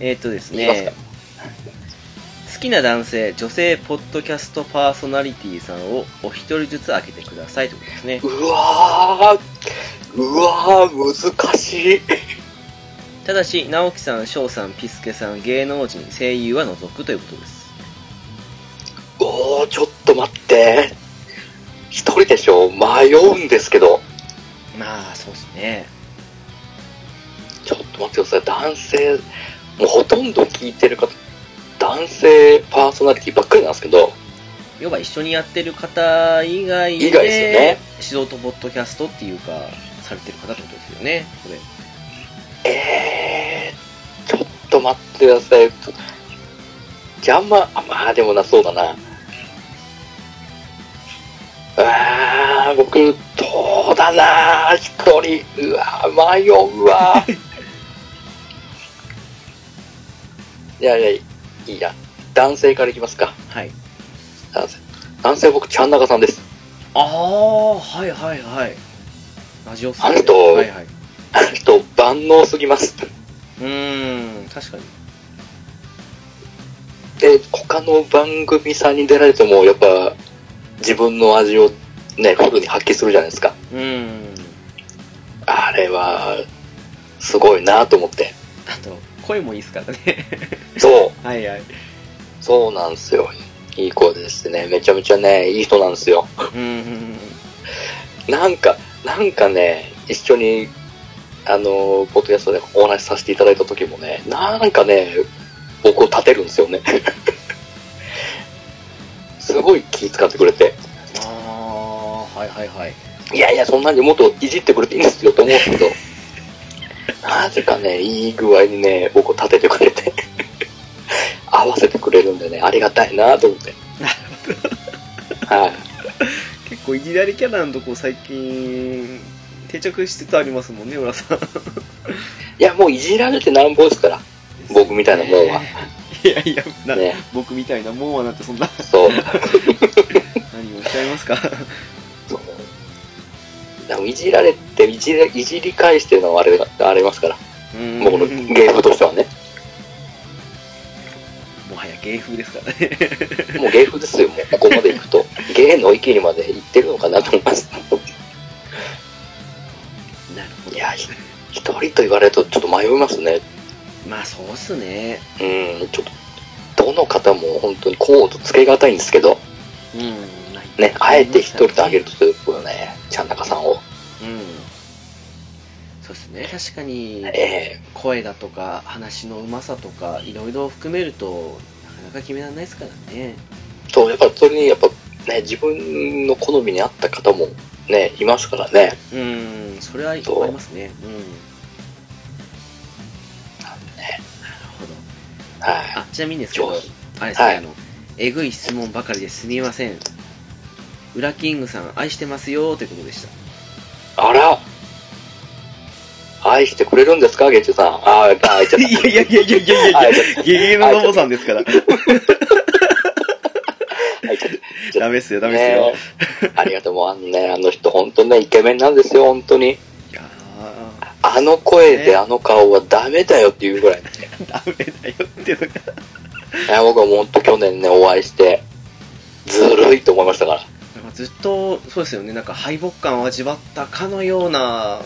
S1: えーっとです
S2: いきま
S1: ね。好きな男性、女性、ポッドキャストパーソナリティさんをお一人ずつ開けてくださいということですね。
S2: うわー、うわー、難しい。
S1: ただし、直樹さん、翔さん、ピスケさん、芸能人、声優は除くということです。
S2: おー、ちょっと待って。一人でしょ迷うんですけど。
S1: まあ、そうですね。
S2: ちょっと待ってください。男性、もうほとんど聞いてる方、男性パーソナリティばっかりなんですけど、
S1: 要は一緒にやってる方以外で、
S2: 以外です
S1: 素人ポッドキャストっていうか、されてる方ってことですよね、これ。
S2: えー、ちょっと待ってください。ちょじゃああんま、あまあでもな、そうだな。あー、僕、どうだな、一人。うわー、迷うわ。いやいや、いいや。男性からいきますか。
S1: はい。
S2: 男性。男性僕、ちゃんなかさんです。
S1: ああ、はいはいはい。ラジオさん
S2: ありがとう
S1: はいはい。う
S2: あの人、万能すぎます。
S1: ーん、確かに。
S2: で、他の番組さんに出られても、やっぱ、自分の味をね、フルに発揮するじゃないですか。
S1: うーん。
S2: あれは、すごいなと思って。
S1: あと、声もいいですからね。
S2: そう、
S1: はいはい。う
S2: そうなんですよ。いい子ですね。めちゃめちゃね、いい人なんですよ。
S1: ーん。
S2: なんか、なんかね、一緒に、あの、ポッドキャストでお話しさせていただいた時もね、なんかね、僕を立てるんです よね。すごい気遣ってくれて。
S1: ああ、はいはいはい。
S2: いやいや、そんなんでもっといじってくれていいんですよと思うんですけど、 なぜかね、いい具合にね、僕を立ててくれて、合わせてくれるんでね、ありがたいなと思って。はい。
S1: 結構いじられキャラのとこ最近定着しつつありますもんね浦さん
S2: いや、もういじられてなんぼですから。僕みたいなもんは
S1: いやいやな、
S2: ね。
S1: 僕みたいなもんはなんてそんな
S2: そう。
S1: 何をおっしゃいますか
S2: でもいじられて、いじれいじり返してのはあれがありますから。
S1: うん
S2: 僕のゲームとしてはね。
S1: もはや芸風ですからね
S2: もう芸風ですよ、もう。ここまで行くと。芸の域にまで行ってるのかなと思います。
S1: なるほ
S2: いや、ひ一人と言われるとちょっと迷いますね。
S1: まあそうっすね
S2: うん、ちょっと、どの方も本当にコートつけがたいんですけど、
S1: うんない
S2: ね、あえて一人とあげるとするとね、ちゃんなかさんを。
S1: うんそうですね確かに
S2: え
S1: 声だとか話のうまさとかいろいろ含めるとなかなか決められないですからね
S2: えそう、やっぱそれに、やっぱね、自分の好みに合った方もね、いますからね。
S1: うんそれは思いますねうんなるほど
S2: はい。
S1: あちなみにですけど
S2: 上手
S1: あれですね、
S2: はい
S1: あのえぐい質問ばかりですみません裏キングさん愛してますよーということでした
S2: あら愛してくれるんですか、ゲッチュさん。あーあ、愛ちゃった。
S1: いやいやいやいやい
S2: あ
S1: や
S2: いちゃ っ
S1: ゲゲゲのバボさんですから
S2: たあいちゃった
S1: ダメっすよダメっすよ、
S2: ねえありがとう、もうあのね、あの人、本当ね、イケメンなんですよ、本当に。
S1: いやー
S2: あの声
S1: ね
S2: であの顔はダメだよっていうぐ らいね。
S1: ダメだよっていうのが
S2: いや僕はもう本当去年ね、お会いして、ずるいと思いましたから。
S1: なんかずっとそうですよねなんか敗北感を味わったかのような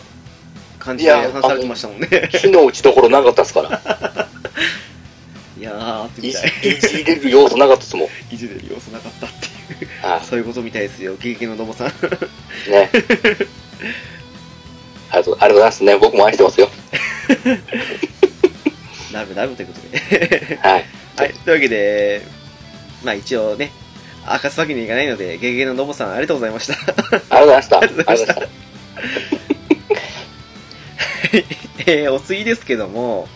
S1: 感じで
S2: いや
S1: 話されてましたもん ね
S2: 火の打ちどころなかったですから。
S1: いやーって
S2: い
S1: み
S2: じ
S1: たい
S2: いじれる要素なかったですも ん。
S1: いじれる要素なかったっていう
S2: は
S1: そういうことみたいですよゲゲゲのバボさ ん
S2: い。ね。ありがとうありがとうございますね。僕も愛してます よ。
S1: ラブラブということで
S2: はい。
S1: はい、というわけで、まあ一応ね、明かすわけにいかないので、ゲゲゲのノボさんありがとうございました。
S2: ありがとうございました。あり
S1: り
S2: が
S1: がとうご
S2: とうござ
S1: ざ
S2: いまし
S1: えー、お次ですけども、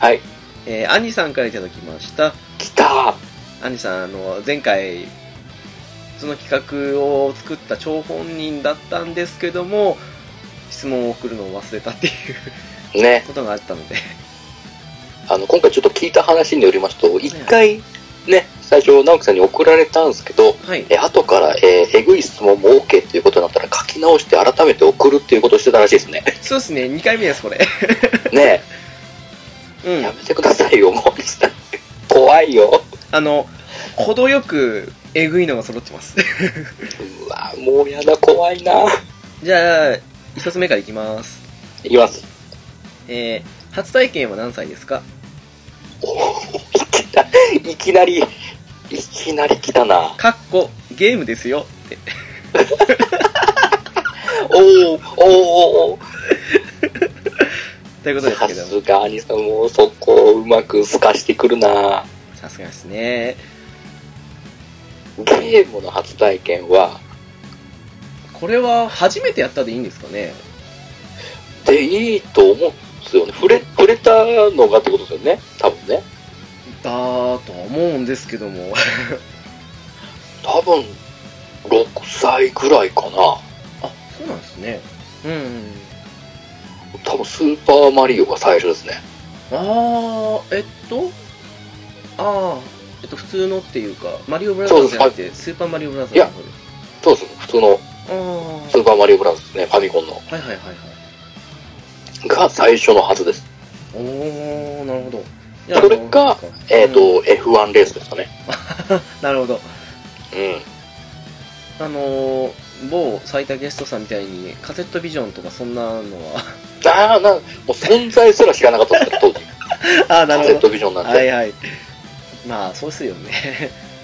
S2: た。はい。
S1: えー、アンニさんからいただきました。
S2: 来たー
S1: アンニさん、あの、前回、その企画を作った張本人だったんですけども、質問を送るのを忘れたっていう
S2: ね。
S1: ことがあったので、
S2: あの、今回ちょっと聞いた話によりますと、一回ね、最初、直樹さんに送られたんですけど、
S1: はい。
S2: え、後から、えーえぐい質問も OK っていうことになったら書き直して改めて送るっていうことをしてたらしいです ね。
S1: そうですね、2回目です、 これ。
S2: ね
S1: う
S2: え、
S1: ん
S2: や。めてくださいよ、もう。怖いよ。
S1: あの、程よく、えぐいのが揃ってます。
S2: うわもうやだ、怖いな。
S1: じゃあ、一つ目からいきます。
S2: いきます。
S1: えー初体験は何歳ですか
S2: いきなり、いきなり来たな。
S1: かっこゲームですよって
S2: おーおーおー
S1: ということです
S2: さ
S1: けど
S2: すが兄さん、もうそこをうまく透かしてくるな。
S1: さすがですね
S2: ゲームの初体験は、
S1: これは初めてやったでいいんですかね
S2: でいいと思うんですよね。触れ、触れたのがってことですよね。多分ね。
S1: だと思うんですけども
S2: 多分、6歳ぐらいかな。
S1: あそうなんですねうんうん
S2: 多分、スーパーマリオが最初ですね。
S1: ああえっとああえっと普通のっていうかマリオブラザーズじゃなくてスーパーマリオブラザーズの方で
S2: そうです。普通の
S1: ああ
S2: スーパーマリオブラザーズですね。ファミコンの。
S1: はいはいはいはい
S2: が最初のはずです。
S1: おおなるほどじゃあ
S2: それか、えっ、と、F1 レースですかね。
S1: なるほど
S2: うん。
S1: あのー、某最多ゲストさんみたいにカセットビジョンとかそんなのは
S2: ああ、な、もう存在すら知らなかったですから、当時。
S1: あ
S2: カセットビジ ョンなんて。
S1: はいはいまあそうっすよね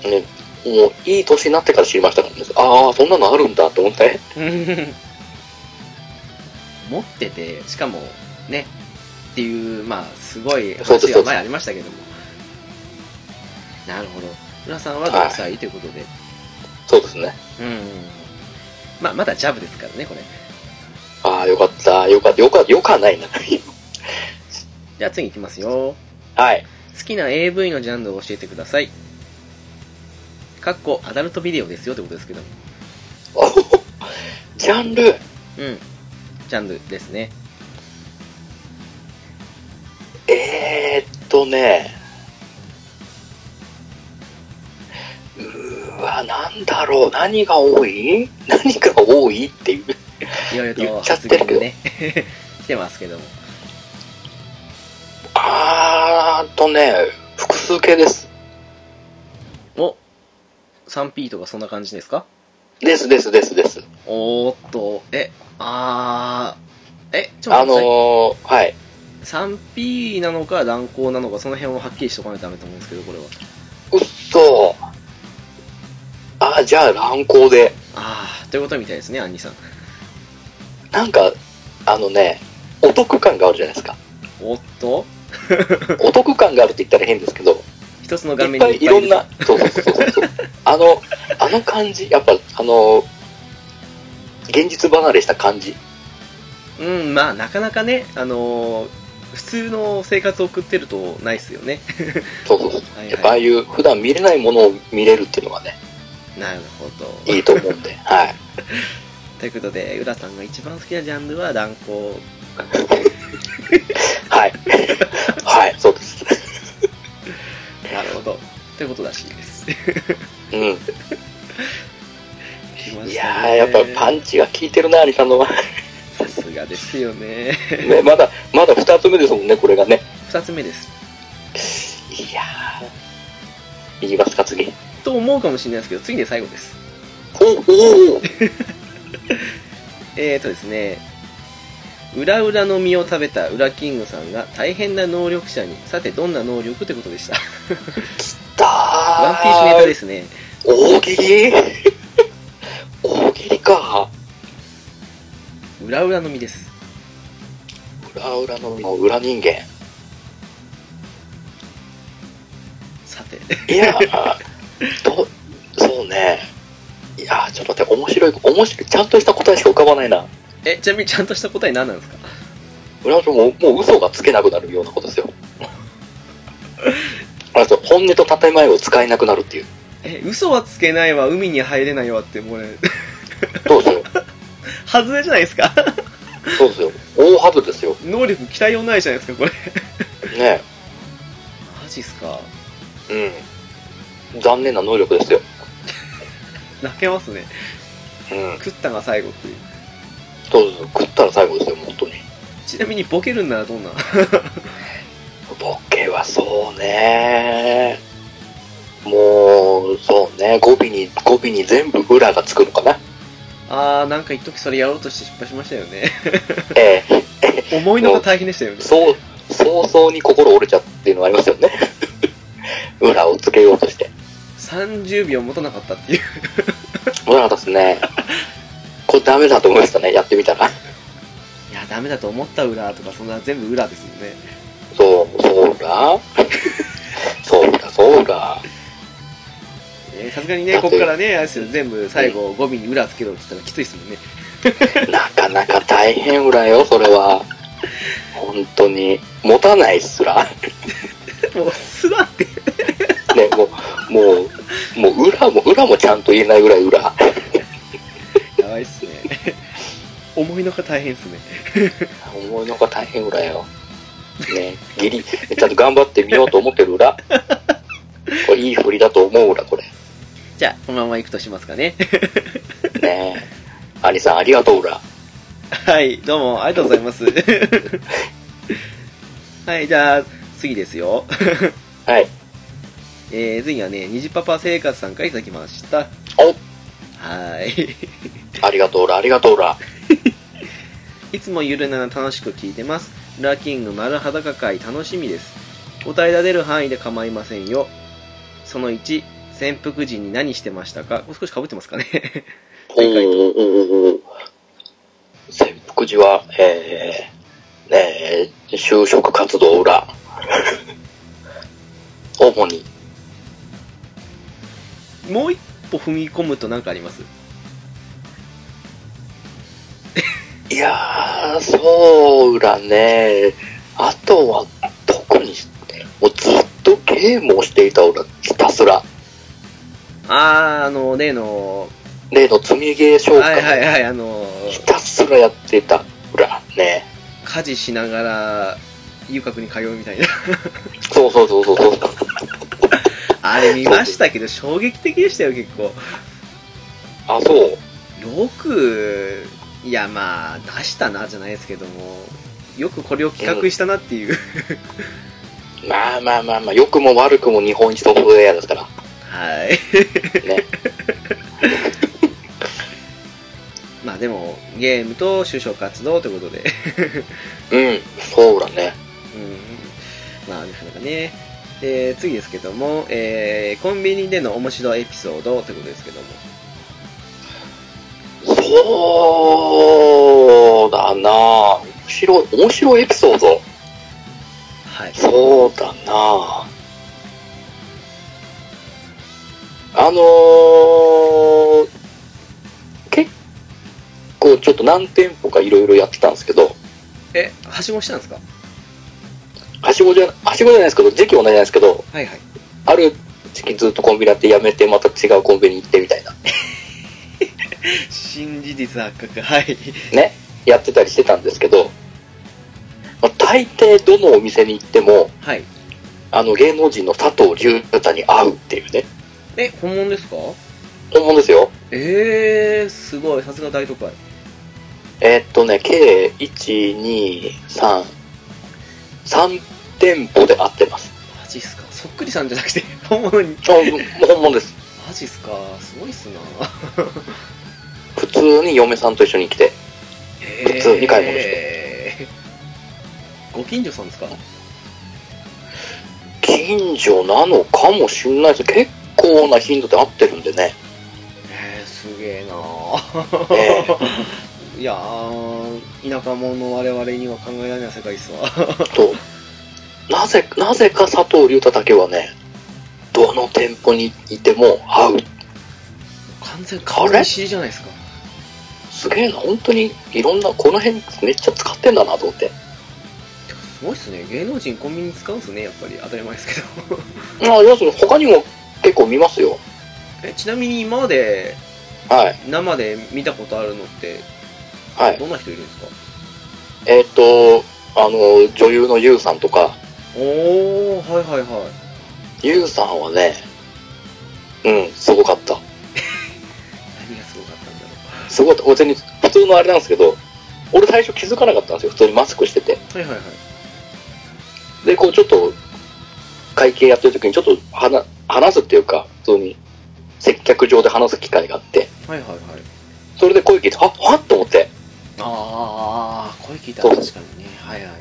S2: ね、もういい年になってから知りましたからね。ああ、そんなのあるんだと思って。
S1: 持っててしかもねっていうまあすごい
S2: そうです
S1: 話が前ありましたけどもなるほど浦さんは6歳ということで、
S2: そうですね。
S1: うんまあまだジャブですからねこれ
S2: ああ、よかった。よかった。よかった。よかないな。
S1: じゃあ次いきますよ
S2: はい。
S1: 好きな AV のジャンルを教えてくださいかっこアダルトビデオですよってことですけども
S2: ジャンル、
S1: うんジャンルですね
S2: えー、っとね、うーわ、なんだろう、何が多い何が多いっていう。
S1: いろいろ
S2: 言
S1: と
S2: っちゃってるけど
S1: ね来てますけども
S2: あーっとね、複数形です。
S1: お 3P とかそんな感じですか
S2: ですですですです。
S1: おーっとえあーえちょっ
S2: あ
S1: と待ってください
S2: のー、はい。
S1: 3P なのか断交なのかその辺をはっきりしとかないとダメと思うんですけどこれは
S2: うっそー。あー、じゃあ乱行で。
S1: ああということみたいですねアンニさん
S2: なんか、あのね、お得感があるじゃないですか。
S1: おっと
S2: お得感があるって言ったら変ですけど、
S1: 一つの画
S2: いっ
S1: 面
S2: ぱ
S1: に
S2: いいろん
S1: いる
S2: な、そうそうそうそうそう。あの、あの感じ、やっぱ、あの、現実離れした感じ。
S1: うんまあなかなかねあのー普通の生活を送ってるとないですよね
S2: そうそうそう。
S1: はい
S2: やっぱああ
S1: はい
S2: いう普段見れないものを見れるっていうのがね、
S1: なるほど
S2: いいと 思うんで、はい。
S1: ということで浦さんが一番好きなジャンルは断交
S2: はい。はい、そうです。
S1: なるほどということらしいです
S2: うん。
S1: 来ま
S2: い
S1: した
S2: や
S1: ね
S2: ー、やっぱパンチが効いてるな、アリさんのは。
S1: さすがですよね
S2: ね、まだ、まだ二つ目ですもんね、これがね。
S1: 二つ目です
S2: いやー。いきますか、次。
S1: と思うかもしれないですけど次で最後です
S2: おおお
S1: えーとですね、裏裏の実を食べた裏キングさんが大変な能力者に、さてどんな能力ってことでした。
S2: きたー。
S1: ワンピースネタですね。
S2: 大喜利大喜利か。
S1: 裏裏の実です。
S2: 裏裏のの裏人間。
S1: さて、
S2: いや、どう、そうね。いや、ちょっと待って、面白い、面白い、ちゃんとした答えしか浮かばないな。
S1: え、ちなみにちゃんとした答え何なんですか
S2: 裏のもう、もう嘘がつけなくなるようなことですよ。 あと、本音と建前を使えなくなるっていう。
S1: え、嘘はつけないわ、海に入れないわって、もう、ね、
S2: どうですよ。
S1: 外れじゃないです か
S2: そうですよ。大ハブですよ。
S1: 能力期待ようないじゃない ですか、これ。
S2: ね
S1: マジっすか。
S2: うん。残念な能力ですよ。
S1: 泣けますね。
S2: うん。
S1: 食ったが最後っていう。
S2: そうですよ。食ったら最後ですよ、本当に。
S1: ちなみにボケるんならどんな
S2: ボケはそうねもう、そうね。語尾に、語尾に全部裏がつくのかな。
S1: あー、なんか一時それやろうとして失敗しましたよね。
S2: え え
S1: 思いのが大変でしたよね。
S2: そう、早々に心折れちゃうっていうのがありますよね。 裏をつけようとして。
S1: 30秒持たなかったっていう。
S2: 無駄だったですね。これダメだと思いましたね、やってみたら。
S1: いや、ダメだと思った裏とか、そんな全部裏ですよね。
S2: そう、そうだ。そうだ、そうだ。
S1: えーさすがにね、ここからね、あれですよ、全部最後語尾に裏つけろって言ったらきついですもんね。
S2: なかなか大変裏よ、それは。本当に。持たないっすら。
S1: もう、すらって。
S2: ね、もう、もう、もう裏も、裏もちゃんと言えないぐらい裏。
S1: やばいっすね。 思いのが大変っすね。
S2: 思いのが大変裏よ。ね、ギリ、ちゃんと頑張ってみようと思ってる裏。これいい振りだと思う裏、これ。
S1: じゃあ、このまま行くとしますかね。
S2: ねえ。兄さん、ありがとう裏。
S1: はい、どうも、ありがとうござい ます。はい、じゃあ、次ですよ。
S2: はい。
S1: えー、次はね、にじパパ生活さんからいただきました。
S2: お
S1: はい。
S2: ありがとう裏、ありがとう裏。
S1: いつもゆるなら楽しく聞いてます。ラキング丸裸会楽しみです。お題が出る範囲で構いませんよ。その1、潜伏時に何してましたかお少し被ってますかね
S2: おーおーおーおー潜伏時は、えー、ねえ、就職活動裏。 主に。
S1: もう一歩踏み込むと何かあります
S2: いやー、そうだね。あとは、特にして、もうずっとゲームをしていた俺、ひたすら。
S1: あー、あの、例の、
S2: 例の積みゲー紹
S1: はいは
S2: 介
S1: いはい、あの、
S2: ひたすらやってた裏ね。
S1: 家事しながら、遊郭に通うみたいな。
S2: そうそうそうそうそう。
S1: あれ見ましたけど、衝撃的でしたよ、結構。
S2: あ、そう。
S1: よく、いや、まあ、出したな、じゃないですけども、よくこれを企画したなっていう。
S2: まあまあまあまあ、良くも悪くも日本一のフレアですから。
S1: はい。
S2: ね。
S1: まあでも、ゲームと就職活動ということで、
S2: うん、そうだね。
S1: うん。まあ、なかなかね。で、次ですけども、えー、コンビニでの面白いエピソードということですけども。
S2: そうだな面白い、面白いエピソード。
S1: はい。
S2: そうだなああのー、結構ちょっと何店舗かいろいろやってたんですけど、
S1: え、はしごしたんですか
S2: はしごじゃ、はしごじゃないですけど、時期同じなんですけど、
S1: はいはい。
S2: ある時期ずっとコンビニやってやめてまた違うコンビニ行ってみたいな、
S1: 新事実発覚、はい。
S2: ね、やってたりしてたんですけど、まあ、大抵どのお店に行っても、
S1: はい。
S2: あの芸能人の佐藤隆太に会うっていうね、
S1: え、本物ですか
S2: 本物ですよ。
S1: えー、すごい、さすが大都会。
S2: えーっとね、計1、2、3、3店舗で合ってます。
S1: マジっすかそっくりさんじゃなくて、 本物に。
S2: あもう本物です。
S1: マジっすかすごいっすな
S2: 普通に嫁さんと一緒に来て。
S1: え
S2: 普通に買い物して
S1: して。ご近所さんですか
S2: 近所なのかもしんないです結構な頻度で合ってるんでね。
S1: えー、すげえな ー
S2: え
S1: いやー、田舎者の我々には考えられない世界っすわ。
S2: と、なぜ、なぜか佐藤隆太だけはね、どの店舗にいても会う。
S1: 完全、顔見知りじゃないですか。
S2: すげえな、本当にいろんな、この辺めっちゃ使ってんだなと思って。
S1: てかすごいっすね。芸能人コンビニ使うんすね、やっぱり。当たり前ですけど。
S2: まあ、要するに他にも結構見ますよ。
S1: え、ちなみに今まで
S2: はい。
S1: 生で見たことあるのって、
S2: はい。
S1: どんな人いるんですか
S2: えーっと、あの、女優のゆうさんとか、
S1: おー、はいはいはい。
S2: ゆうさんはね、うん、すごかった。
S1: 何がすごかったんだろ
S2: すごかった。俺全に普通のあれなんですけど、俺最初気づかなかったんですよ。普通にマスクしてて。
S1: う。はいはいはい。
S2: で、こうちょっと、会計やってる時にちょっと話話すっていうか、普通に接客上で話す機会があって、
S1: はいはいはい。
S2: それで声聞いて、あはっと思って。
S1: あー、声聞いたら確かにね。はいはい。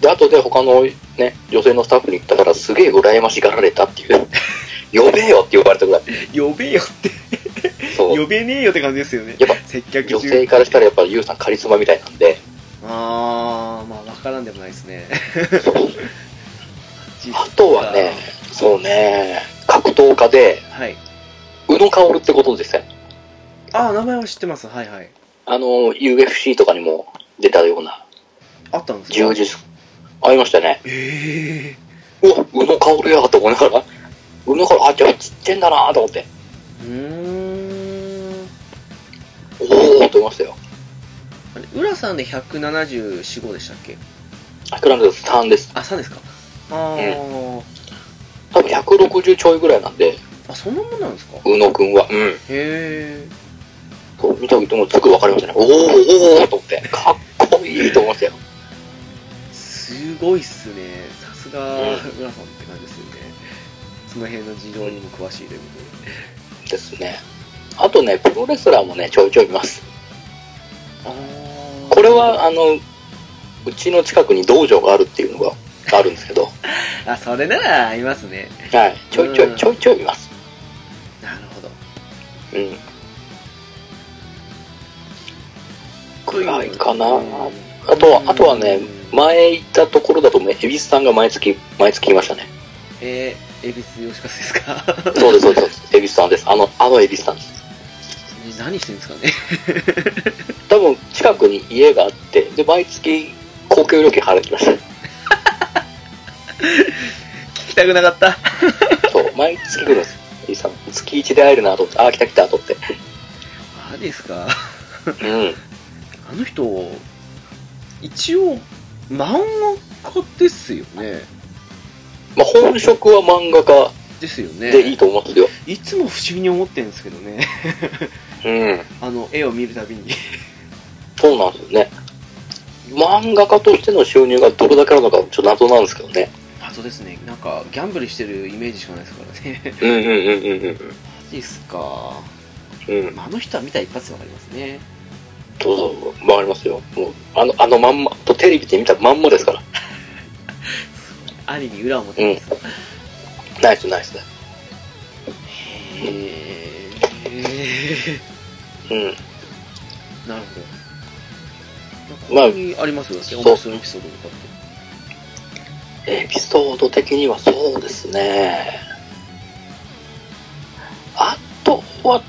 S2: で、後で他のね、女性のスタッフに言ったから、すげえ羨ましがられたっていう。 呼べよって呼ばれたぐらい。
S1: 呼べよって、
S2: そう。
S1: 呼べねえよって感じですよね。
S2: やっぱ
S1: 接客
S2: 女
S1: 中。
S2: 性からしたらやっぱりゆうさんカリスマみたいなんで、
S1: あー、まあ分からんでもないです ね。
S2: あとはね、そうね、格闘家で、
S1: はい。
S2: 宇野薫ってことですよ。
S1: あー、名前は知ってます。はいはい。
S2: あの、UFC とかにも出たような、
S1: あったんです
S2: 充
S1: か
S2: 実、ありましたね。
S1: え
S2: うわ、宇野薫やと思いながら、宇野薫、あ、じゃあちっちゃいんだなと思って、
S1: ー。うーん。
S2: おーと思いましたよ。
S1: あれ、浦さんで174、5でしたっけ
S2: アクランドさんです。
S1: あ、3ですか。あー。
S2: 多分160ちょいぐらいなんで、
S1: あ、そんなもんなんですかへ
S2: 宇野くんは。うん。
S1: え。
S2: そう、見た時もすぐ分かりましたね。おー、おーと思って、かっこいいと思いましたよ。
S1: すごいっすね。さすが、
S2: う
S1: 浦さ
S2: ん
S1: んって感じですよね。その辺の事情にも詳しいということで。
S2: ですね。あとね、プロレスラーもね、ちょいちょい見ます。
S1: あー
S2: これは、あの、うちの近くに道場があるっていうのがあるんですけど、は
S1: あそれならありますね
S2: い、ちょいちょ
S1: うん
S2: い、ちょいちょい見ます。
S1: なるほど
S2: うん。くらいかな。あとは、あとはね、前行ったところだとね、恵比寿さんが毎月、毎月いましたね。
S1: えー、恵比寿吉勝ですか
S2: そうです、そうです、そうです。恵比寿さんです。あの、あの恵比寿さんです。
S1: 何してるんですかね
S2: 多分、近くに家があって、で、毎月、公共料金払ってまし
S1: 聞きたくなかった
S2: た。そう、毎月来るんです、恵比寿さん。月一で会えるなと思って、ああ、来た来たと思って。
S1: あですか
S2: うん。
S1: あの人一応漫画家ですよね
S2: まあ、本職は漫画家
S1: ですよ
S2: でいい
S1: ね
S2: と思いますよ。
S1: いつも不思議に思ってるんですけどね
S2: うん。
S1: あの絵を見るたびに
S2: そうなんですよね。漫画家としての収入がどれだけあるのか、ちょっと謎なんですけどね。
S1: 謎ですねなんかギャンブルしてるイメージしかないですからね
S2: うんうんうんうん
S1: マジっすか
S2: うん。うん。
S1: まああの人は見たら一発でわかりますね
S2: どうぞ、回りますよ。もう、あの、あのまんま、とテレビで見たまんまですから。
S1: ありに裏表ですか、
S2: ナイスナイスだ。
S1: へえ
S2: うん。
S1: なるほど
S2: まあ
S1: 他にありますよ、面白いエピソードとかって
S2: エピソード的にはそうですね。あとは、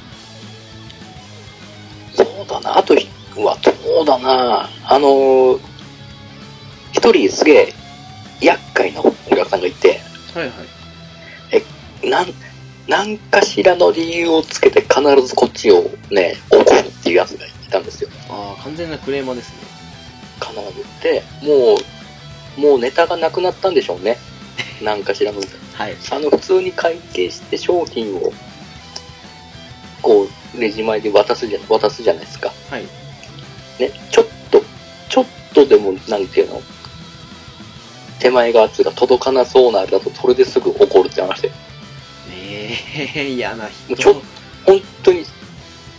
S2: そうだな、あとは、そうだな、あの、一人すげえ厄介なお客さんがいて、
S1: はいはい
S2: なん、何かしらの理由をつけて必ずこっちをね、怒るっていうやつがいたんですよ。
S1: ああ完全なクレーマーですね
S2: 必ず。で、もう、もうネタがなくなったんでしょうね。何かしらの
S1: はい
S2: あの、普通に会計して商品を、こう、レジ前で渡すじゃ、渡すじゃないですか。
S1: はい
S2: ね、ちょっと、ちょっとでも、なんていうの、手前が圧が届かなそうなあれだと、それですぐ怒るって話で、
S1: ええ 嫌な人
S2: ちょ本当に、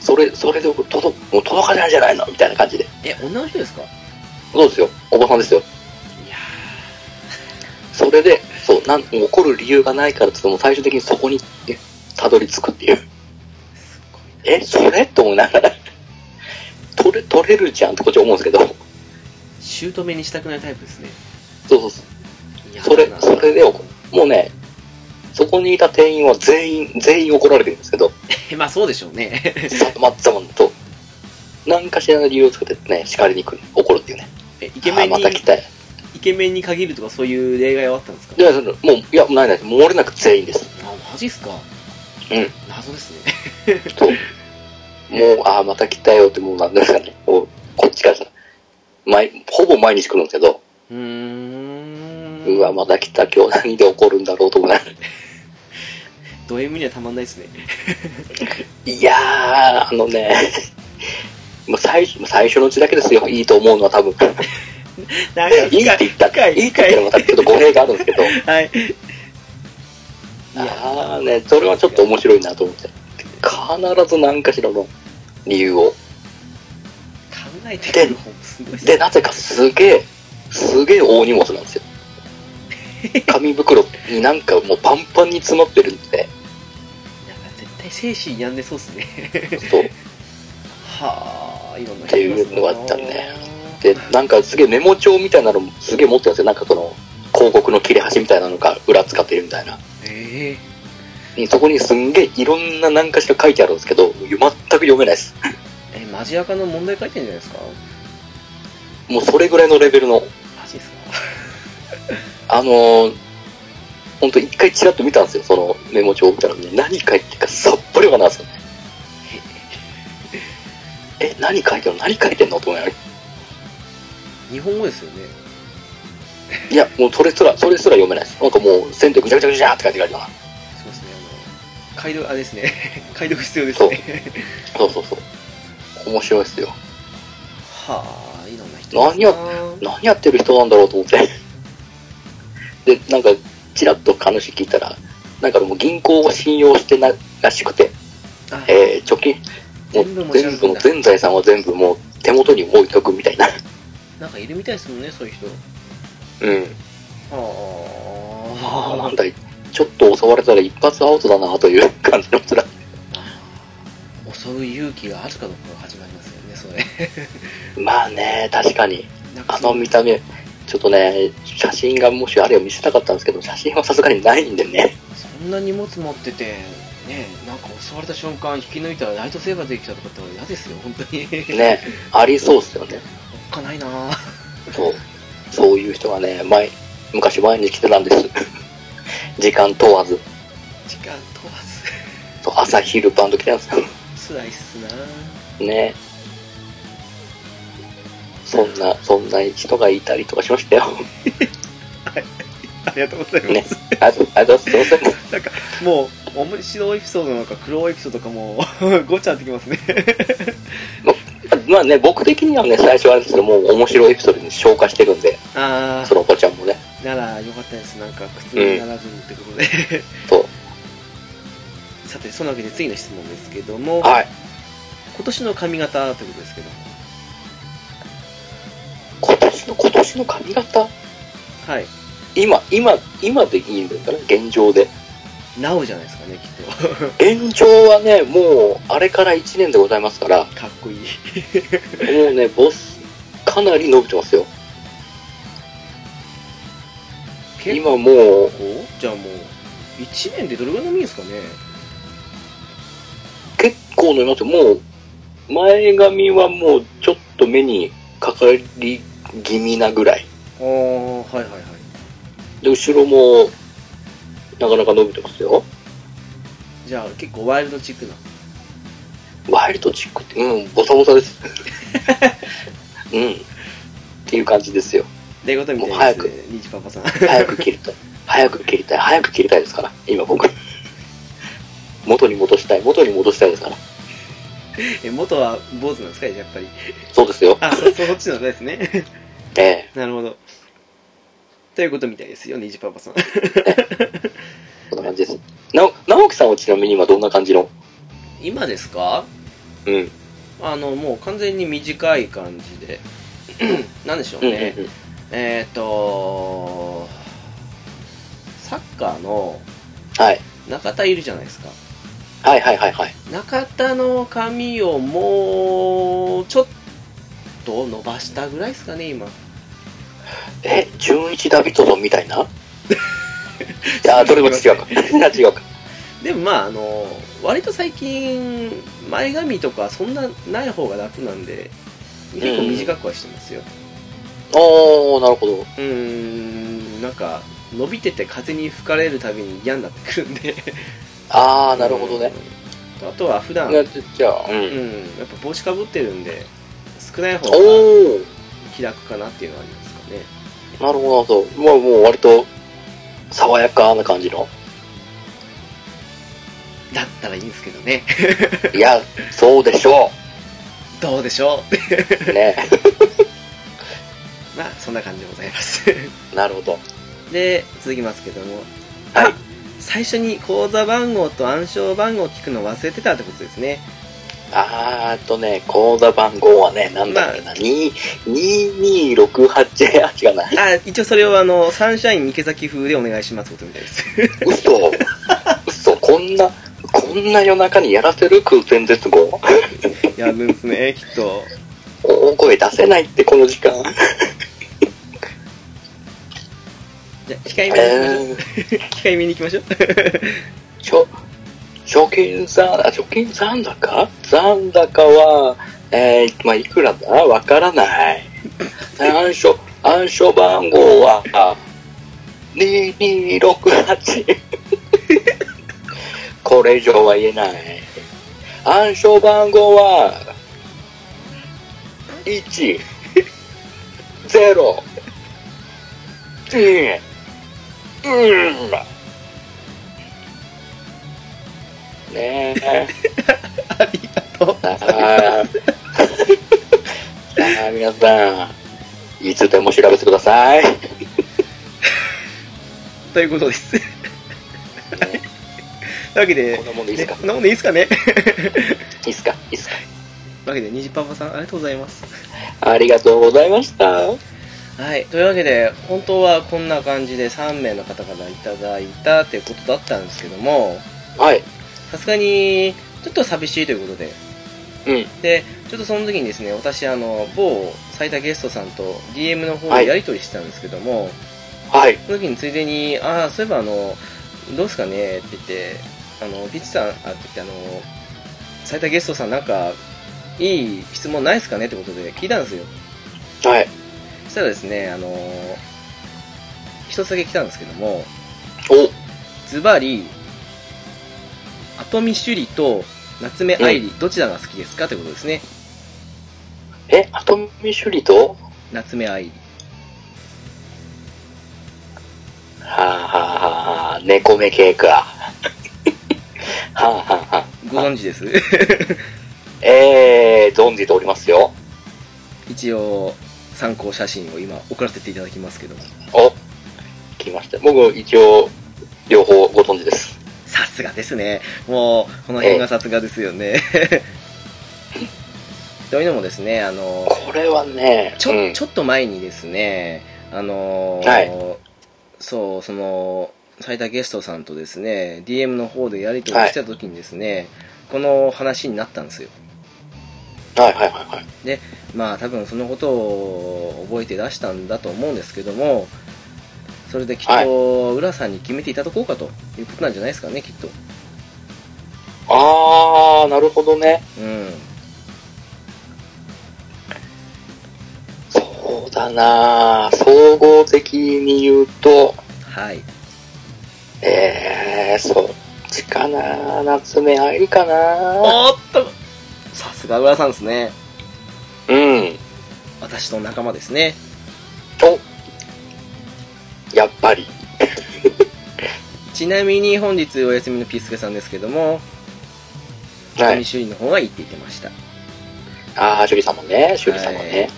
S2: それ、それで僕届、もう届かないじゃないのみたいな感じで。
S1: え女の人ですかい
S2: そうですよ。おばさんですよ。
S1: や
S2: それで、そう、なん、もう怒る理由がないからっつっても、最終的にそこに、ねたどり着くっていう。
S1: ーすごい
S2: え、それと思いながら、取れ、取れるじゃんってこっち思うんですけど、そう
S1: な姑にしたくないタイプですね
S2: そうそ
S1: 嫌
S2: う。それ
S1: だ、な
S2: それで怒る、もうね、そこにいた店員は全員、全員怒られてるんですけど、
S1: えまあそうでしょう ね
S2: さまっざまんと、何かしらの理由をつけてね、叱りに来る、怒るっていうね。
S1: えイケメン
S2: あ
S1: に
S2: ーまた来たい。
S1: イケメンに限るとかそういう例外はあったんですか
S2: いや、そのもう、いや、ないない、漏れなく全員です。
S1: あマジっすか
S2: うん
S1: 謎ですね
S2: と、もう、ああ、また来たよって、もう、なんですかね、もう、こっちからしたら、毎、ほぼ毎日来るんですけど、
S1: うーん
S2: うわ、また来た、今日何で怒るんだろうと思いな がら
S1: ド M にはたまんない ですね
S2: いやー、あのね、 もう最初最初のうちだけですよ、いいと思うのは多分。
S1: なんか
S2: いいって言った
S1: 深
S2: ら、
S1: い深
S2: い
S1: い
S2: いって言ったらまたちょっと語弊があるんですけど、
S1: はいいや
S2: あーね、それはちょっと面白いなと思って。必ず何かしらの理由を。
S1: 考えてくる方もすごいっすね
S2: で、なぜかすげえ、すげえ大荷物なんですよ。紙袋になんかもうパンパンに詰まってるんで、
S1: なんか絶対精神病んでそうっすね
S2: そう。
S1: はあいろんな
S2: っていうのがあったねで、なんかすげえメモ帳みたいなのもすげえ持ってるんですよ。なんかこの広告の切れ端みたいなのが裏使ってるみたいな。
S1: ええ
S2: そこにすんげえいろんな何かしら書いてあるんですけど、全く読めないです。
S1: えマジアカの問題書いてんじゃないですか
S2: もうそれぐらいのレベルの、
S1: マジですか
S2: あのー、ほんと一回チラッと見たんですよ、そのメモ帳を見たらね、何書いてるかさっぱりわかんないですよね。え、何書いてんの何書いてんのと思いながら。
S1: 日本語ですよね
S2: いや、もうそれすら、それすら読めないです。なんかもう線でぐちゃぐちゃぐちゃって書いてあるよう
S1: そうですねあの解読あれですね 解読必要ですね
S2: な。そうそうそう。面白いですよ。
S1: はあいろんな人いますな
S2: 何やってる人なんだろうと思って。で、なんか、ちらっと話聞いたら、なんかもう銀行を信用してならしくて、
S1: あ
S2: えー、貯金、
S1: 全
S2: も
S1: 部
S2: う
S1: 持ち
S2: 全
S1: 歩くん
S2: 部の
S1: だ
S2: 全財産は全部もう手元に置いとくみたいな。
S1: なんかいるみたいですもんねそういう人
S2: うん。 あ
S1: は
S2: なんだ、ちょっと襲われたら一発アウトだなという感じのつら。
S1: あ襲う勇気があるかどうかが始まりますよねそれ
S2: まあね、確かに。
S1: なんか
S2: あ
S1: そ
S2: の見た目、ちょっとね、写真がもしあれを見せたかったんですけど、写真はさすがにないんでね。
S1: そんな荷物持っててねなんか襲われた瞬間引き抜いたらライトセーバーできたとかって俺嫌ですよ本当に
S2: ね、ありそうっすよね。
S1: おっかないなぁ
S2: そう。そういう人がね、前、昔毎日来てたんです。時間問わず。
S1: 時間問わず
S2: そう朝昼晩と来てますよ。
S1: 辛いっすな
S2: ね。そんな、そんな人がいたりとかしましたよ。
S1: ありがとうございます、
S2: あと、あと、すいません。
S1: もう面白いエピソードなのか苦労エピソードかも うごちゃってき ますね
S2: まあね、僕的にはね、最初はあれですけど、もう面白いエピソードに消化してるんで、
S1: あ
S2: そのお子ちゃんもね。
S1: あならよかったですなんか苦痛にならずにってことで、
S2: そう
S1: さてそのわけで次の質問ですけども
S2: はい。
S1: 今年の髪型ということですけど
S2: 今年の、今年の髪型
S1: はい
S2: 今、今、今でいいんですかね現状で。
S1: なおじゃないですかねきっ
S2: 現状はね、もう、あれから1年でございますから、も
S1: と かっこいいう
S2: ね、ボス、かなり伸びてますよ。
S1: 結構
S2: 今もう、
S1: じゃあもう1年でどれぐらいのみですかね
S2: 結構伸びますよ。もう、前髪はもう、ちょっと目にかかり気味なぐらい。
S1: ああはいはいはい
S2: で、後ろも、なかなか伸びてますよ。
S1: じゃあ結構ワイルドチックな
S2: ワイルドチックって、うん、ボサボサです。うん。っていう感じですよ。
S1: ということみたい
S2: もう早
S1: です
S2: く
S1: ねニジパパさん
S2: 早く切りたい。早く切りたい。早く切りたいですから、今僕。元に戻したい。元に戻したいですから。
S1: え元は坊主なんですかやっぱり
S2: そうですよ。
S1: あそそっちのですね
S2: ええ
S1: なるほどということみたいですよニジパパさん
S2: そんな感じです。なお、直樹さんはちなみに今どんな感じの
S1: 今ですか
S2: うん。
S1: あのもう完全に短い感じで なんでしょう
S2: うん、
S1: ね、えっ、とサッカーの
S2: はい。
S1: 中田いるじゃないですか
S2: はいはいはいはい。
S1: 中田の髪をもうちょっと伸ばしたぐらいですかね今
S2: え、純一ダビッドソンみたいなじゃあ、どれも違うか。 違うか。
S1: でもまああの割と最近前髪とかそんなない方が楽なんで結構短くはしてますよ
S2: おー、なるほど。
S1: うーんなんか伸びてて風に吹かれるたびに嫌になってくるんで
S2: あー、なるほどね。
S1: あとは普段、
S2: ねじゃあ、うん
S1: うん、やっぱ帽子かぶってるんで少ない方が
S2: おー。
S1: 気楽かなっていうのはありますかね
S2: なるほど、そう。まあもう割と、爽やかな感じの。
S1: だったらいいんですけどね
S2: いや、そうでしょ
S1: どうでしょう
S2: う。ね。
S1: まあそんな感じでございます
S2: なるほど。
S1: で続きますけども
S2: はい。
S1: 最初に口座番号と暗証番号を聞くの忘れてたってことですね
S2: あーっとね、口座番号はね、なんだっけな、2 2268、あ、違うな。
S1: あ一応それをあのサンシャイン池崎風でお願いしますことみたいです
S2: 嘘。嘘、こんな、こんな夜中にやらせる空前絶後。
S1: やるんですねきっと
S2: 大声出せないって、この時間。
S1: じゃあ控え
S2: え
S1: めに行きましょう控えめに行きましょ
S2: ー、
S1: う
S2: ちょ、貯金残、あ、貯金残高残高は、えー、まあ、いくらだわからない。暗証、暗証番号は、あ2268。これ以上は言えない。暗証番号は、1、0、2、うん。ねえ。
S1: ありがとう
S2: あ あ。さあ、皆さん、いつでも調べてください。
S1: ということです。と いうわけで
S2: こん、なもんでいい
S1: ね、
S2: ですか
S1: こんなもんでいいですかね。 とい
S2: いいっすかいいっす
S1: うわけで、虹パパさん、ありがとうございます。
S2: かありがとうございました。
S1: はい、というわけで、本当はこんな感じで3名の方からいただいたということだったんですけども、
S2: はい。
S1: さすがに、ちょっと寂しいということで、
S2: うん。
S1: で、ちょっとその時にですね、私、あの、某最多ゲストさんと DM の方
S2: は
S1: で
S2: い
S1: やり取りしてたんですけども、
S2: はい。
S1: その時についでに、ああ、そういえばあの、どうすかねって言って、あの、ピッチさん、あ、って言って、あの、斉田ゲストさんなんか、いい質問ないですかねってことで聞いたんですよ。
S2: はい。
S1: そしたらですね、あの、一つだけ来たんですけども、
S2: お、
S1: ズバリ、里見朱里と夏目愛理、どちらが好きですかということですね。
S2: え、アトミ朱里と
S1: 夏目愛理。
S2: はあはあはあ、猫目系か。 はあはあはあ。
S1: ご存知です
S2: えー、存じておりますよ。
S1: 一応、参考写真を今送らせていただきますけども。
S2: お、聞きました。僕、一応、両方ご存知です。
S1: さすがですね。もう、この辺がさすがですよね。 というのもですね、あの、
S2: これはね、
S1: ちょ、
S2: うん
S1: ちょっと前にですね、あのー
S2: は
S1: そう、その、斉田ゲストさんとですね、DM の方でやり取りしてた時にですね、この話になったんですよ。
S2: はいはいはいはい。
S1: まあ多分そのことを覚えて出したんだと思うんですけども、それできっと、浦さんに決めていただこうかということなんじゃないですかね、きっと。
S2: あー、なるほどね。
S1: うん。
S2: そうだな総合的に言うと、
S1: はい。
S2: えー、そっちかな夏目愛理かな
S1: おっとさすが浦さんですね。
S2: うん。
S1: 私の仲間ですね。
S2: と、やっぱり。
S1: ちなみに本日お休みのピースケさんですけども、
S2: は
S1: 富
S2: い。
S1: 修理の方がいいって言ってました。
S2: あー、趣里様ね、趣里様ね。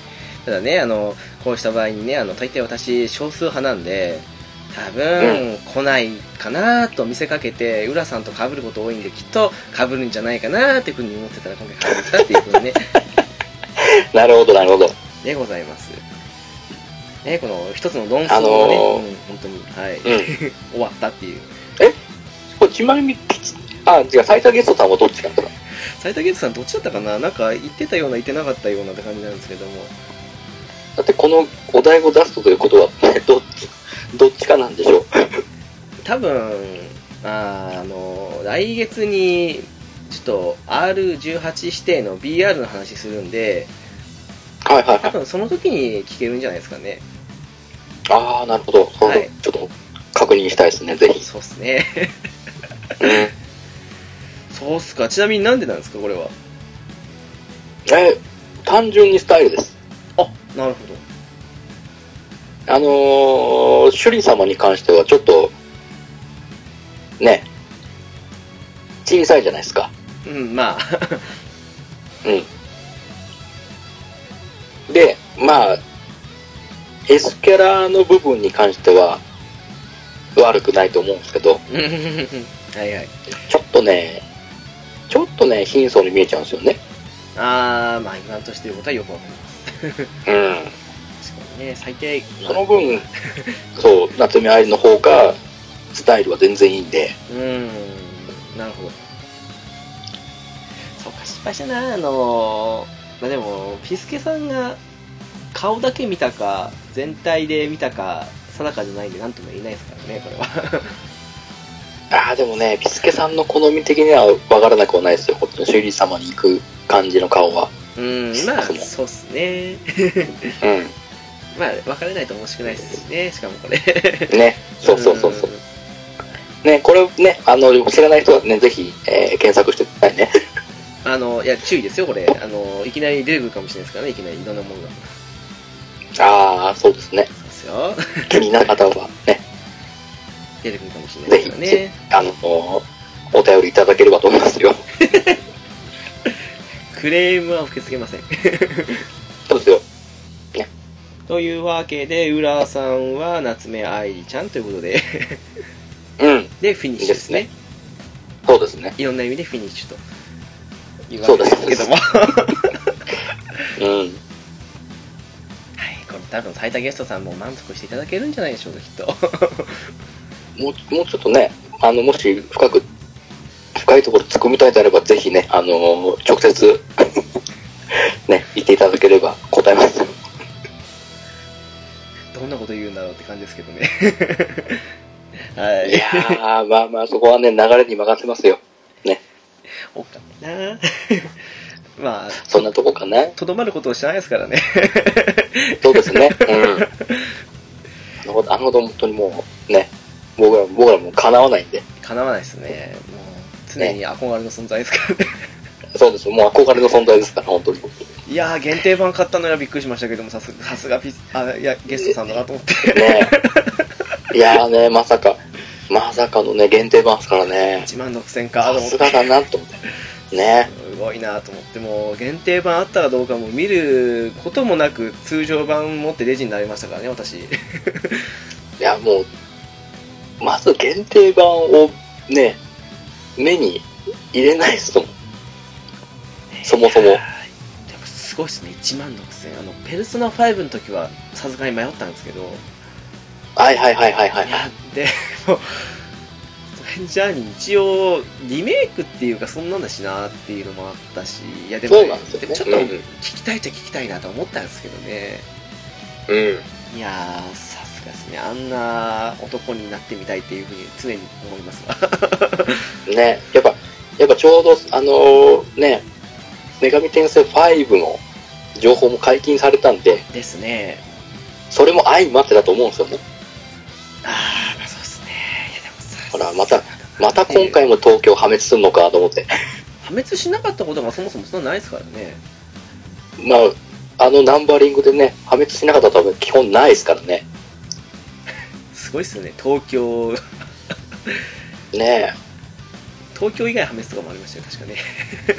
S1: ただね、あの、こうした場合にね、あの、大抵私、少数派なんで、多分、来ないかなと見せかけて、浦さんと被ること多いんで、きっと被るんじゃないかなっていうふうに思ってたら、今回被ったっていうこと ね、
S2: なるほど、なるほど。
S1: でございます。ね、この一つの論争がね、
S2: あのー
S1: うん、本当に、はい、
S2: うん。
S1: 終わったっていう。
S2: これちなみに、あ、違う、最多ゲストさんはどっちなんだろう
S1: 斉田ゲッツさん、どっちだったかななんか、言ってたような、言ってなかったようなって感じなんですけども、
S2: だってこのお題を出すということは、どっち、どっちかなんでしょう。
S1: 多分あーあの来月にちょっと R18 指定の BR の話するんで
S2: はいはいは
S1: 多
S2: い。
S1: 分その時に聞けるんじゃないですかね
S2: ああ、なるほど。そう
S1: はい
S2: ちょっと確認したいですね、ぜひ。
S1: そうっすね
S2: え
S1: そうっすかちなみになんでなんですかこれは
S2: ー単純にスタイルです。
S1: あなるほど
S2: あのー、趣里様に関してはちょっと、ね、小さいじゃないですか。
S1: うんまあ
S2: で、まあ、S キャラの部分に関しては、悪くないと思うんですけど、
S1: うんはいはい
S2: ちょっとね、ちょっとね、貧相に見えちゃうんですよね。
S1: あーまあ今としてることはよくわかりま
S2: うん。
S1: す確かにね最低
S2: その分、そう、夏目愛理の方が、スタイルは全然いいんで、
S1: うーん、なるほど。そうか、失敗したな、あのーまあでも、ピスケさんが顔だけ見たか、全体で見たか、定かじゃないんで、なんとも言えないですからね、これは。
S2: ああ、でもね、ピスケさんの好み的には分からなくはないですよ、こっちの修理様に行く感じの顔は。
S1: うーん、まあ、そうっすね。
S2: う
S1: まあ、別れないと面白くないですしね、しかもこれ。
S2: ん。ね、そうそうそうそう
S1: ー。ん
S2: ね、これね、あの、知らない人はね、ぜひ、えー検索してくださいね。
S1: あの、いや、注意ですよ、これ。あの、いきなり出てくるかもしれないですからね、いきなりいろんなものが。
S2: ああ、そうですね。
S1: そうですよ。
S2: 気になる方は、ね、
S1: 出てくるかもし れない
S2: ぜ
S1: です
S2: ひ
S1: からね。、
S2: あの、お便りいただければと思いますよ。
S1: クレームは受け付けません。
S2: そうですよ。
S1: というわけで、浦さんは夏目愛理ちゃんということで、
S2: うん、
S1: で、フィニッシュですね。
S2: いいそうですね。
S1: いろんな意味でフィニッシュと。いうわけですけども。はい、
S2: うん。
S1: これ多分、最多ゲストさんも満足していただけるんじゃないでしょうか、きっと。
S2: もうもうちょっとね、あのもし深く、深いところ突っ込みたいであれば、ぜひね、あの直接、 ね、言っていただければ答えます。
S1: どんなこと言うんだろうって感じですけ どね。はいい。
S2: やー、まあまあ、そこはね、流れに任せますよ。
S1: おっかな まあ、
S2: そんなとこかな。
S1: とどまることをしてないですから ね。
S2: そうですね。うん。あのほど、本当にもう、ね、僕ら、僕らもう叶わないんで。
S1: 叶わないですね。もう、常に憧れの存在ですからね
S2: そうですよ。もう憧れの存在ですから、本当に。
S1: いやー限定版買ったのにはびっくりしましたけどもさすさすがピあいやゲストさんだなと思って
S2: ねいやーね、まさか、まさかのね、限定版ですからね。
S1: 1万6000かと
S2: さ
S1: 思って
S2: すがだなと思って。ね。
S1: すごいなと思ってもう限定版あったかどうかも見ることもなく通常版持ってレジになりましたからね私
S2: いや、もう、まず限定版をね、目に入れないですもん。そもそも
S1: いや ーでもすごいですね1万6000あのペルソナ5の時はさすがに迷ったんですけど、
S2: はいはいはいはいはいい。
S1: やでもストレンジャーに一応リメイクっていうかそんなんだしなっていうのもあったしいやでも,、
S2: そうなんですよ
S1: で
S2: ね。
S1: もちょっと
S2: うん
S1: 聞きたいっちゃ聞きたいなと思ったんですけどね、
S2: うん。
S1: いやーさすがですねあんな男になってみたいっていうふうに常に思いますわ
S2: ね、やっぱ、やっぱちょうど、あのーね、女神転生5の情報も解禁されたんで、
S1: ですね
S2: それも相まってだと思うんですよね。
S1: あーまあそうですねいやでもさ
S2: ほらまたまた今回も東京破滅するのかと思って。
S1: 破滅しなかったことがそもそもそんなないですからね
S2: まあ、あのナンバリングでね、破滅しなかったとは基本ないですからね。
S1: すごいっすよね東京
S2: ね
S1: 東京以外破滅とかもありましたよ確かね
S2: え。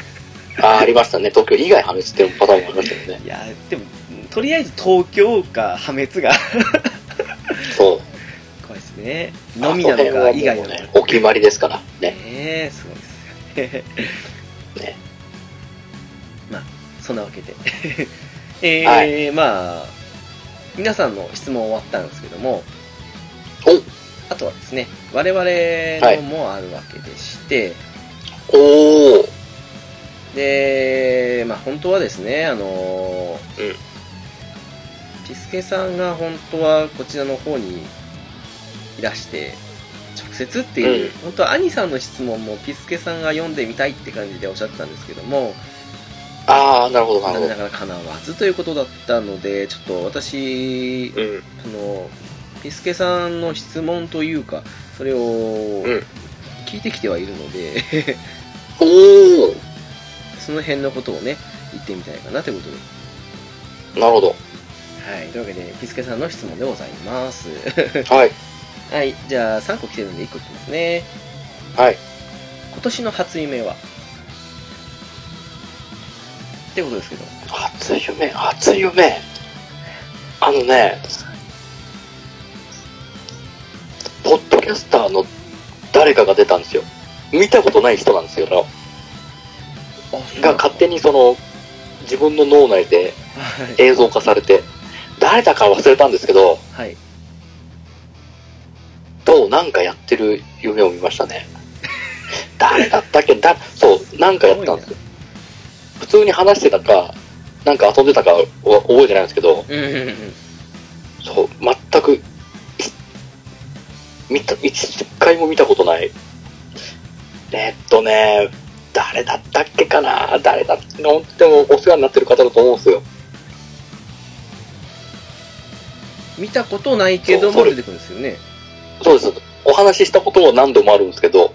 S2: あー、ありましたね。東京以外破滅っていうパターンもありましたよね。
S1: いやでもとりあえず東京か破滅が
S2: そう。
S1: 怖いですねのみなのか以外なのか
S2: あそこはもうね、お決まりですから。ね。
S1: ねえすごいですよね
S2: ね
S1: まあそんなわけで えー
S2: は
S1: まあ皆さんの質問終わったんですけども
S2: お
S1: あとはですね我々のもあるわけでして、
S2: おー。
S1: でまあ本当はですねあの
S2: うん
S1: ピスケさんが本当はこちらの方にいらして直接っていう、
S2: うん
S1: 本当は兄さんの質問もピスケさんが読んでみたいって感じでおっしゃってたんですけども
S2: あー、なるほど、なる
S1: 残
S2: ほ
S1: 念
S2: ど
S1: な。がらかなわずということだったのでちょっと私
S2: うん。
S1: あのピスケさんの質問というかそれを
S2: ん
S1: 聞いてきてはいるので、
S2: おー。
S1: その辺のことをね言ってみたいかなということで
S2: なる ほど。
S1: はい、というわけで、ピスケさんの質問でございます。
S2: はい。
S1: はい、じゃあ3個来てるんで1個いきますね。
S2: はい。
S1: 今年の初夢はってことですけど。
S2: 初夢、初夢。あのね、ポッドキャスターの誰かが出たんですよ。見たことない人なんですけど、が勝手にその、自分の脳内で
S1: はい。
S2: 映像化されて、誰だか忘れたんですけど、
S1: はい。
S2: どうなんかやってる夢を見ましたね。誰だったっけだ、そう、なんかやったんですよ。普通に話してたか、なんか遊んでたかは覚えてないんですけど、
S1: うんうんうん。
S2: そう、全く、見た、一回も見たことない。えーっとね、誰だったっけかな誰だって、本当にお世話になってる方だと思うんですよ。
S1: 見たことないけど
S2: そ
S1: も
S2: うそ
S1: 出
S2: れ
S1: てくるんですよね。
S2: そうです。お話ししたことは何度もあるんですけど、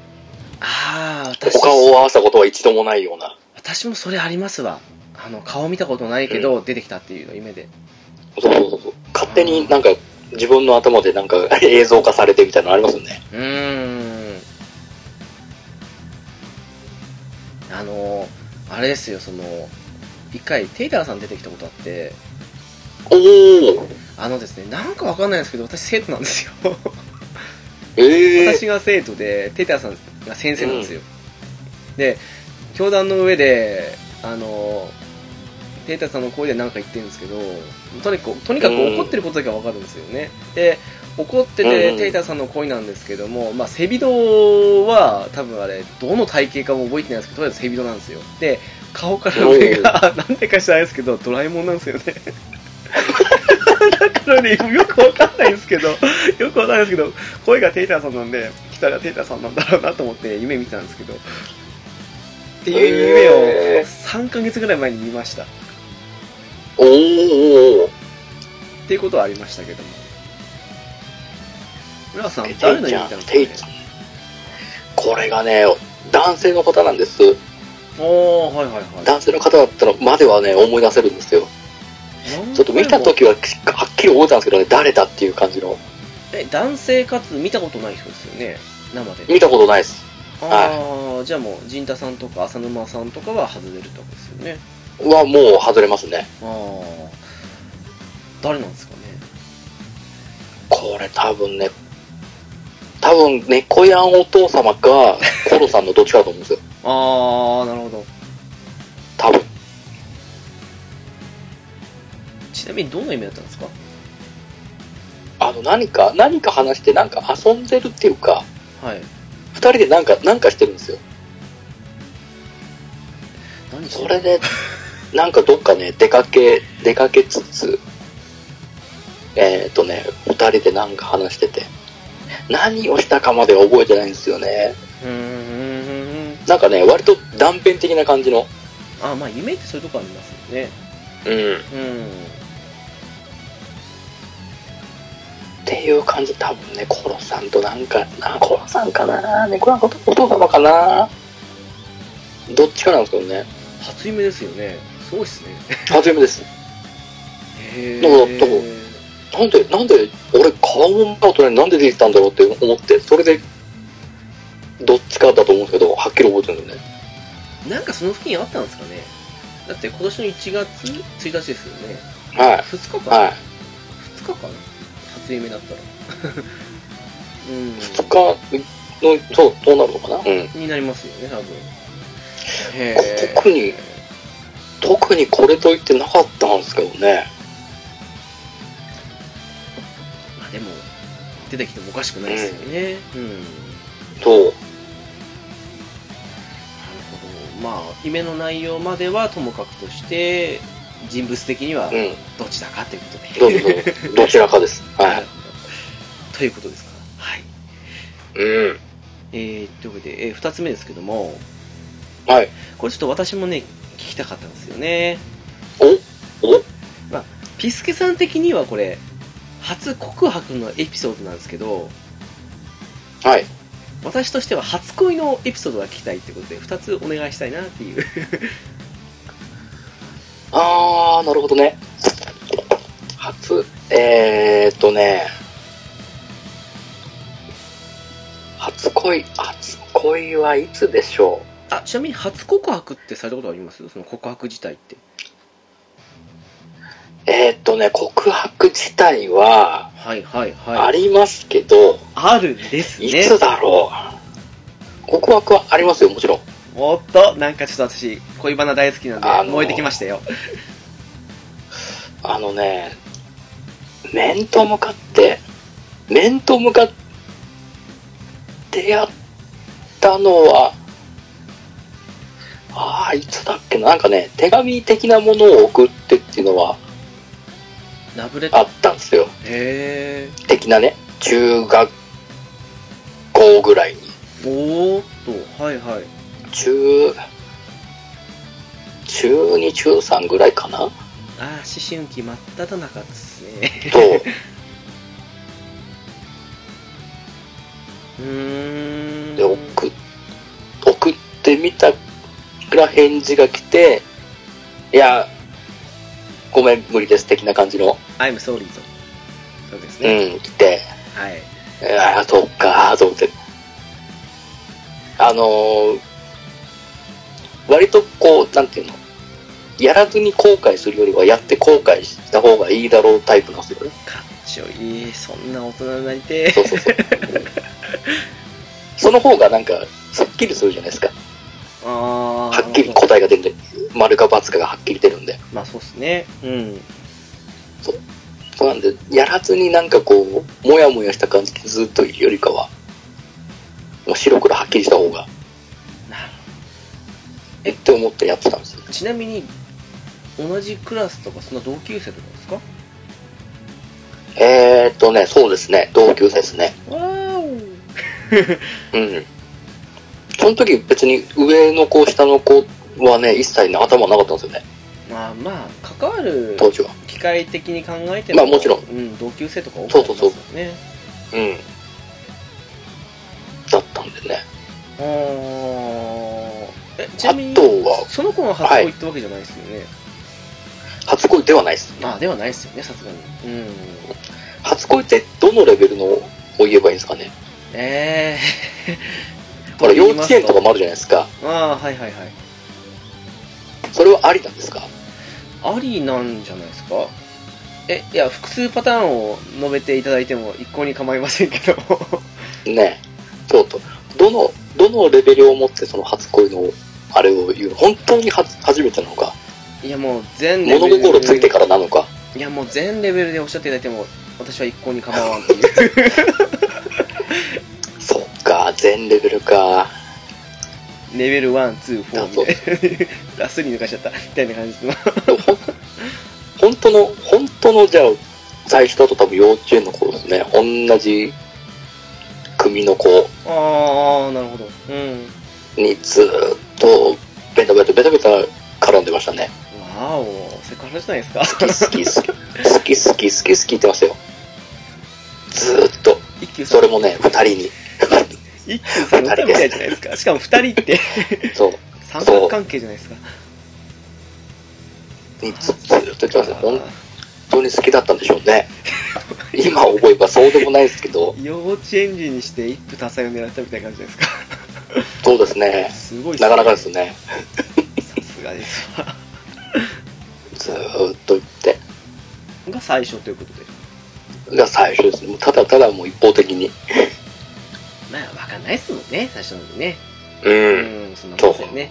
S1: ああ、私
S2: お、顔を合わせたことは一度もないような。
S1: 私もそれありますわ。あの、顔見たことないけど出てきたっていうの夢で。
S2: そうそうそうそう。勝手になんか、自分の頭でなんか 映像化されてみたいなのありますよね。
S1: うーん。あの、あれですよ、その、一回、テイラーさん出てきたことあって、
S2: おー
S1: あのですね、なんかわかんないんですけど、私生徒なんですよ。
S2: えー、
S1: 私が生徒で、テイターさんが先生なんですよ。で、教壇の上で、あの、テイターさんの声で何か言ってるんですけど、とにかく、とにかく怒ってることだけはわかるんですよね。で、怒って
S2: う
S1: て、
S2: ん
S1: テイターさんの声なんですけども、まあ、背びどは、多分あれ、どの体型かも覚えてないんですけど、とりあえず背びどなんですよ。で、顔から上が、 なんでか知らないですけど、ドラえもんなんですよね。 だからね、よくわかんないんですけど、よくわかんないんですけど、声がテイターさんなんで、来たらテイターさんなんだろうなと思って夢見たんですけど、っていう夢を
S2: えー
S1: 3ヶ月ぐらい前に見ました。っ
S2: おー
S1: ていうことはありましたけども。浦さん、
S2: テ
S1: 誰
S2: イ
S1: の
S2: ち
S1: 夢見
S2: ゃん
S1: たん、ですか
S2: テ
S1: ね
S2: イちゃん。これがね、男性の方なんです。
S1: おー、はいはいはい。
S2: 男性の方だったのまではね、思い出せるんですよ。ちょっと見た
S1: と
S2: 時はしっかはっきり覚えたんですけどね、誰だっていう感じの。
S1: え、男性かつ見たことない人ですよね。生で。
S2: 見たことないです。
S1: ああ、じゃあもう、陣田さんとか浅沼さんとかは外れるってことですよね。
S2: はもう外れますね。
S1: ああ。誰なんですかね。
S2: これ多分ね、多分猫やんお父様か、コロさんのどっちかだと思うんですよ。
S1: ああ、なるほど。
S2: 多分。
S1: ちなみにどの意味だったんですか
S2: あの、何か、何か話して、なんか遊んでるっていうか、
S1: はい。
S2: 二人でなんか、なんかしてるんですよ。
S1: 何して
S2: そ
S1: る
S2: れ で、なんかどっかね、出かけ、出かけつつ、えっ、ー、とね、二人でなんか話してて、何をしたかまでは覚えてないんですよね。
S1: うーん。
S2: なんかね、割と断片的な感じの。
S1: あーまあ夢ってそういうとこありますよね。
S2: うん。っ
S1: うん。
S2: ていう感じ、多分ね、コロさんとなんか、な、コロさんかな、猫なんかお父様かな。どっちかなんですけどね。
S1: 初夢ですよね。すごいっすね。
S2: 初めです。
S1: へ
S2: どうどうなんで、なんで、俺顔もなことになんで出てきたんだろうって思って、それで、どっちかだと思うんですけど、はっきり覚えてるんだよね。
S1: なんかその付近あったんですかねだって今年の1月1日ですよね。
S2: は
S1: 2日
S2: い。
S1: かな、
S2: はい。
S1: 2日かな初夢だったら。 うん。
S2: 二日の、そう、どうなるのかなうん。
S1: になりますよね、多分。へー
S2: 特に、特にこれと言ってなかったんですけどね。
S1: まあでも、出てきてもおかしくないですよね。うん。なる
S2: そう。
S1: ほど。まあ、夢の内容まではともかくとして、人物的には
S2: うん。
S1: どっちだかということで。
S2: どうぞ どうぞどちらかです。は
S1: ないる。ほどということですか。はい。
S2: うん。
S1: えー、ということで、えー、2つ目ですけども、
S2: はい。
S1: これちょっと私もね、聞きたかったんですよね。
S2: おお
S1: ピスケさん的にはこれ、初告白のエピソードなんですけど、
S2: はい。
S1: 私としては初恋のエピソードが聞きたいってことで、2つお願いしたいなって いう。
S2: あー、なるほどね。初、えーっとね、初恋、初恋はいつでしょ
S1: あ、ちなみに初告白ってされたことありますその告白自体って。
S2: うえーっとね、告白自体は
S1: はいはいはい。
S2: ありますけど、
S1: あるんです
S2: い、
S1: ね。
S2: つだろう告白はありますよ、もちろん。
S1: おっと、なんかちょっと私、恋バナ大好きなんで、
S2: あのー
S1: 燃えてきましたよ。
S2: あのね、面と向かって、面と向かってやったのは、ああ、いつだっけな、なんかね、手紙的なものを送ってっていうのは
S1: ラブレタ
S2: あ
S1: ー。
S2: ったんですよ。
S1: へ
S2: 的なね、中学校ぐらいに。
S1: ー。おーっと、はいはい。
S2: 中、中2、中3ぐらいかな
S1: あー、思春期真っ只中ですね。
S2: と、
S1: うーん。
S2: で送っ送ってみたら返事が来て「いやごめん無理です」的な感じの
S1: I'm sorry と。そうです
S2: う
S1: ね。
S2: ん来て
S1: はい。
S2: 「ああそっか」と思ってあのー割とこうなんていうのやらずに後悔するよりはやって後悔した方がいいだろうタイプなんですよね
S1: かっちょいい。そんな大人になりて
S2: そうそうそうその方がなんかすっきりするじゃないですか
S1: ー。あ
S2: は
S1: ー。
S2: っきり答えが出るんで丸か×かがはっきり出るんで
S1: まあそうっすね。うん。
S2: そうなんで、やらずになんかこう、もやもやした感じでずっといるよりかは、もう白黒はっきりした方が、
S1: なる
S2: えって思ってやってたんですよ。
S1: ちなみに、同じクラスとか、そんな同級生とかですか
S2: えーっとね、そうですね、同級生ですね。
S1: わー
S2: うん。その時別に上の子、下の子はね、一切ね、頭なかったんですよね、
S1: おまあまあ、関わる
S2: 当時は。
S1: 機械的に考えても、
S2: まあもちろん
S1: うん、同級生とか多く
S2: そう
S1: なり
S2: そ
S1: ま
S2: う
S1: す
S2: そう
S1: よね。
S2: うん。だったんでね。
S1: あ
S2: ね。
S1: ち
S2: あ
S1: な
S2: と
S1: みに
S2: は、
S1: その子の初恋ってわけじゃないですよね。
S2: 初恋ではないです。
S1: あ、ではないですよね、さすがに。うん。
S2: 初恋ってどのレベルのを言えばいいんですかね。
S1: えー。
S2: ほら、幼稚園とかもあるじゃな
S1: い
S2: いですか。
S1: ああ、はいはいはい。
S2: それはありなんですか
S1: ありなんじゃないですかえ、いや、複数パターンを述べていただいても一向に構いませんけ ど。
S2: ねえ。そうと。どの、どのレベルを持ってその初恋の、あれを言うの本当に初初めてなのか
S1: いや、もう全レベ
S2: 物
S1: ル。
S2: 心ついてからなのか
S1: いや、もう全レベルでおっしゃっていただいても、私は一向に構わんっていう。
S2: そっか、全レベルか。
S1: レベル1、2、4
S2: あそう
S1: みたいな。 あ、スリー抜かしちゃった。みたいな感じの。
S2: でもほん本当の、本当の、じゃあ、最初だと多分幼稚園の頃ですね。同じ組の子
S1: ああ、なるほど。うん。
S2: にずーっと、ベタベタベタベタ絡んでましたね。
S1: わお、セクハラじゃないですか。
S2: 好き好き好き、好き好き好き好き言ってましたよ。ずーっと。
S1: 一休さ
S2: そ
S1: ん
S2: れ、もね、二人に。
S1: 一休さんの歌みたいじゃないですか。しかも二人 って、
S2: そう。
S1: 三角関係じゃないですか。
S2: にずずーっと言ってましたよ。本当に好きだったんでしょうね。 今思えばそうでもないですけど、
S1: 幼稚園児にして一夫多妻を狙ったみたいな感じじゃな いです
S2: そうです
S1: か。
S2: ね。
S1: すごいっす
S2: な
S1: ね
S2: かなかですね。
S1: さすがですわ。
S2: ずーっと言って。
S1: が最初ということで。
S2: が最初ですね。もうただただもう一方的に。
S1: まあ、わかんないっすもんね、最初なんでね。
S2: う。
S1: うんん、そんなもんですよね。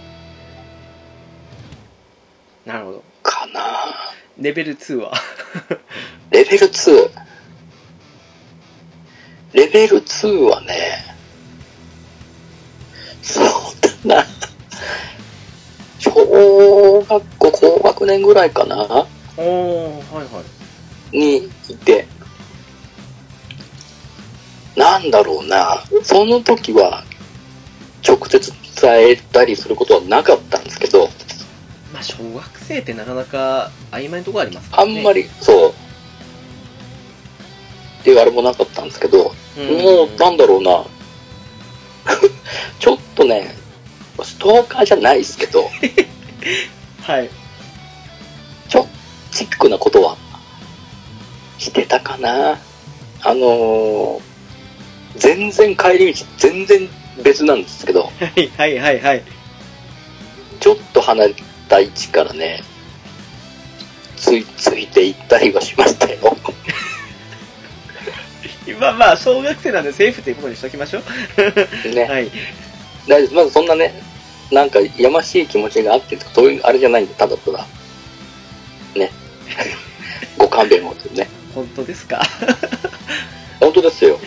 S1: なるほど。
S2: かなぁ
S1: レベル2は。
S2: レベル2。レベル2はね、そうだな。小学校高学年ぐらいかな
S1: おー、はいはい。
S2: にいて、なんだろうな。その時は、直接伝えたりすることはなかったんですけど、
S1: まあ、小学生ってなかなか曖昧なとこありますか
S2: あ
S1: ら
S2: ん
S1: ね。
S2: まり、そう。っていうあれもなかったんですけど、
S1: うん、
S2: もう、なんだろうな。 ちょっとね、ストーカーじゃないですけど、
S1: はい。
S2: ちょっチックなことは、してたかな。あのー全然帰り道、全然別なんですけど、
S1: はいはいはいはい。
S2: ちょっと離れた位置からね、つい、ついていったりはしましたよ。
S1: まあまあ、小学生なんでセーフということにしときましょう。
S2: ね。
S1: はい。
S2: 大丈夫まずそんなね、なんかやましい気持ちがあってとか、そういうあれじゃないんで、ただただ。ね。 ご勘弁をですね。
S1: 本当ですか
S2: 本当ですよ。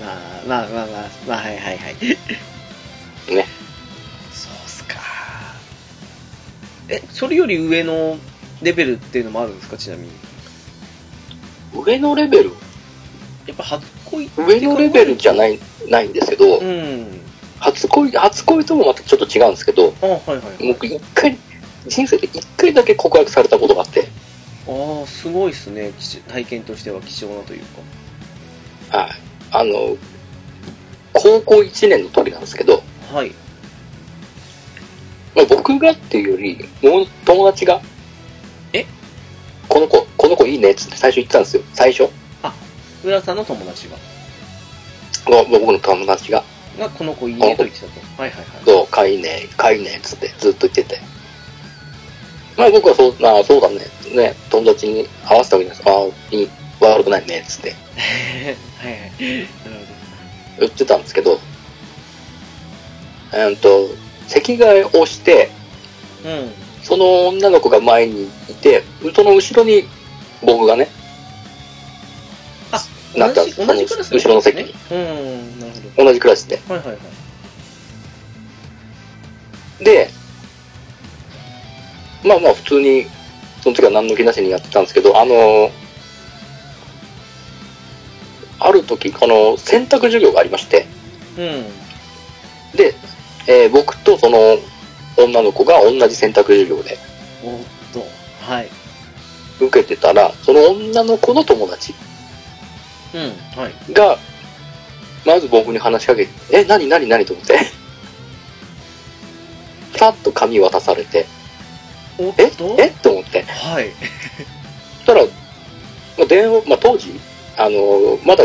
S1: まあまあまあまあ、まあはいはいはい。
S2: ね。
S1: そうっすか。え、それより上のレベルっていうのもあるんですかちなみに。
S2: 上のレベル
S1: やっぱ初恋って
S2: 上のレベルじゃない、ないんですけど、
S1: うん。
S2: 初恋、初恋ともまたちょっと違うんですけど、
S1: あはいはいはい。
S2: 僕一回、人生で一回だけ告白されたことがあって、
S1: ああ、すごいっすね。貴重体験としては貴重なというか。
S2: はい。あの、高校1年の時なんですけど、
S1: はい。
S2: まあ、僕がっていうより、もう友達が、
S1: え
S2: この子、この子いいねっつって最初言ってたんですよ。最初。
S1: 浦さんの友達が。
S2: まあ僕の友達が、
S1: が、この子いいねと言ってたと。はいはいはい。
S2: そう、かいいね、かいいねっつってずっと言ってて。まあ僕はそう、まあそうだね、ね、友達に合わせたわけです。ああ、いい、悪くないねっつっ て
S1: はいはい。なるほど。
S2: 言ってたんですけど、えーっと、席替えをして、
S1: うん。
S2: その女の子が前にいて、その後ろに僕がね、
S1: あ、
S2: なったん
S1: 同
S2: で
S1: じ、同じ
S2: す
S1: クラス
S2: 後ろの席に。
S1: うん、なるほど。
S2: 同じクラスで。
S1: はいはいはい。
S2: で、まあまあ普通に、その時は何の気なしにやってたんですけど、あのーある時、この選択授業がありまして、
S1: うん。
S2: で、えー僕とその女の子が同じ選択授業で
S1: おっと。はい。
S2: 受けてたら、その女の子の友達
S1: うん。はい。
S2: が、まず僕に話しかけて、え、何何何と思って、 さっと紙渡されて、
S1: おっ
S2: え
S1: と
S2: えと思って。
S1: はい。
S2: そしたら、まあ、電話、まあ、当時、あの、まだ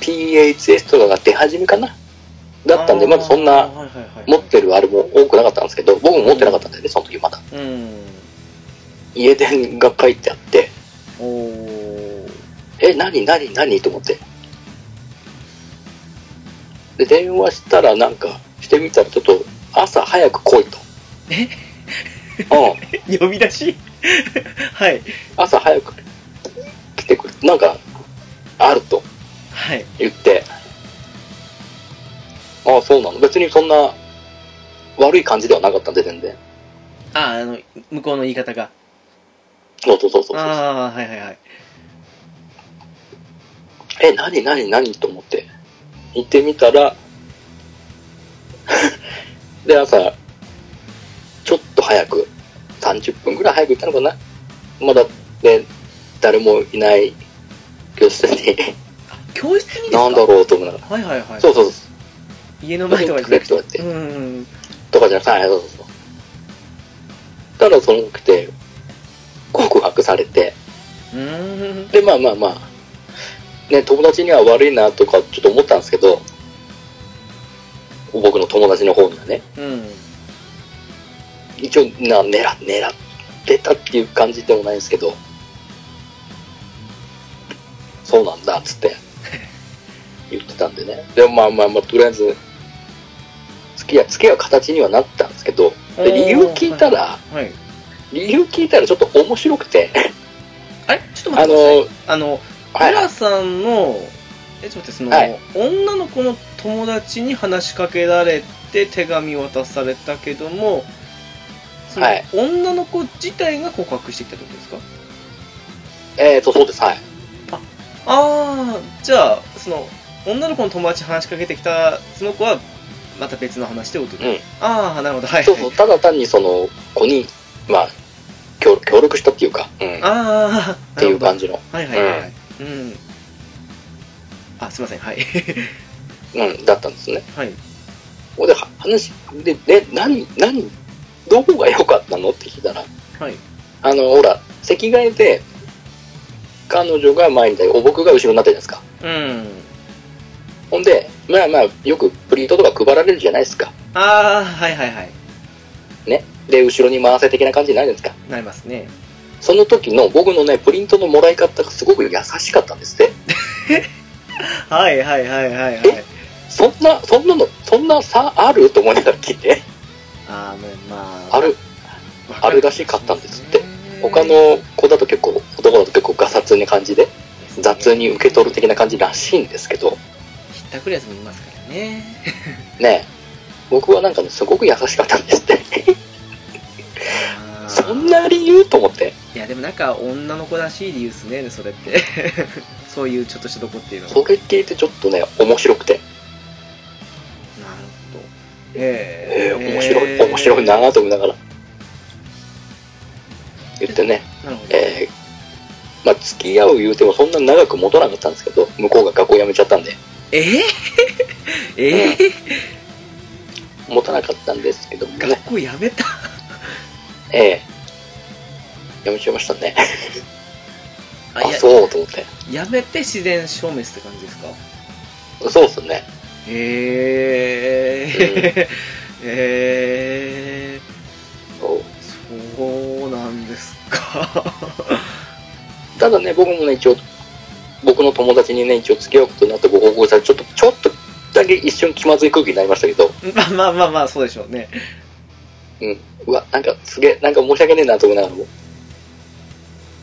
S2: PHS とかが出始めかなだったんで、
S1: あー
S2: まだそんな
S1: はいはいはい
S2: 持ってるあれも多くなかったんですけど、僕も持ってなかったんだよね、その時まだ。
S1: うん。
S2: 家電が書いてあって、
S1: おー。
S2: え、何、何、何と思って。で、電話したらなんか、してみたらちょっと、朝早く来いと。
S1: え
S2: うん。
S1: 呼び出し はい。
S2: 朝早く来てくれ。なんか、あると。
S1: はい。
S2: 言って、ああ、そうなの。別にそんな悪い感じではなかったんで、全然。
S1: あ、あの、向こうの言い方が。
S2: そうそうそうそうそう。
S1: ああ、はいはいはい。
S2: え、なになになにと思って、行ってみたら、 で、朝、ちょっと早く、30分ぐらい早く行ったのかな。まだね、誰もいない教室に、
S1: 教室にですか
S2: なんだろうと思いながら。
S1: はいはいはい。
S2: そうそうそう。
S1: 家の前とかじゃなく
S2: 隠れて
S1: て。
S2: と
S1: うんうん。
S2: とかじゃなくて、はい、そうそうそう。ただ、そのくて、告白されて、
S1: うーん。
S2: で、まあまあまあ、ね、友達には悪いなとかちょっと思ったんですけど、僕の友達の方にはね、
S1: うん。
S2: 一応な狙、狙ってたっていう感じでもないんですけど、そうなんだ、つ って、言ってたんでね。でもまあまあまあ、とりあえず、付き合い、付き合う形にはなったんですけど、で理由聞いたら、
S1: はい。
S2: 理由聞いたらちょっと面白くて、
S1: あれちょっと待
S2: あ
S1: ってください。
S2: の、
S1: あの、
S2: は
S1: 浦
S2: い、
S1: さんの、え、ちょっと待って、その、
S2: はい
S1: 女の子の友達に話しかけられて手紙渡されたけども、その
S2: はい
S1: 女の子自体が告白してきたってことですか
S2: えーと、そうです、はい。
S1: ああ、じゃあ、その、女の子の友達に話しかけてきた、その子は、また別の話でおと、
S2: うん
S1: ああ、なるほど、はい。
S2: そうそう、ただ単にその子に、まあ、協協力したっていうか、うん、っ
S1: ああ、
S2: てい
S1: な
S2: う
S1: る
S2: 感じの、
S1: ほどはいはいはい。うん。あ、すいません、はい。
S2: うん、だったんですね。
S1: はい。
S2: ほんで、は話、で、で、何、何、どこが良かったのって聞いたら、
S1: はい。
S2: あの、ほら、席替えで、彼女が前に出て、お僕が後ろになってるじゃないですか。
S1: うん。
S2: ほんで、まあまあ、よくプリントとか配られるじゃないですか。
S1: ああ、はいはいはい。
S2: ね。で、後ろに回せ的な感じになるじゃないですか。
S1: なりますね。
S2: その時の僕のね、プリントのもらい方がすごく優しかったんですって。
S1: はいはいはいはいは
S2: え
S1: い。
S2: そんな、そんなの、そんな差あると思いながら聞いて、
S1: あーもうまあ、
S2: ある、
S1: わか
S2: あるらしかったんですって
S1: ね。
S2: 他の子だと結構、男だと結構ガサツな感じで、雑に受け取る的な感じらしいんですけど、
S1: ひったくりやつもいますから ね。
S2: ねえ僕はなんかね、すごく優しかったんですって。
S1: あー
S2: そんな理由と思って。
S1: いやでもなんか女の子らしい理由っすね、それって。 そういうちょっとしたとこっていうのは。
S2: それ聞いてちょっとね、面白くて、
S1: なるほど。え
S2: えー、面白い、面白いな。ぁと思いながら。言ってね、
S1: なるほど。
S2: えー、まあ、付き合う言うてもそんな長く戻らなかったんですけど、向こうが学校辞めちゃったんで。
S1: えー、 え
S2: 持たなかったんですけども
S1: ー、
S2: ね
S1: 学、校やめた
S2: ええやめちゃいましたね。
S1: あ
S2: あ、
S1: や
S2: そうと思って。
S1: やめて自然消滅って感じですか
S2: そうっすね。
S1: へえー、え
S2: そう
S1: ー、そうなんですか。
S2: ただね、僕もね、一応、僕の友達にね、一応付き合うことになってご報告され、ちょっと、ちょっとだけ一瞬気まずい空気になりましたけど、
S1: まあまあまあまあ、そうでしょうね。
S2: うん。うわ、なんかすげえ、なんか申し訳ねえなと思いながらも。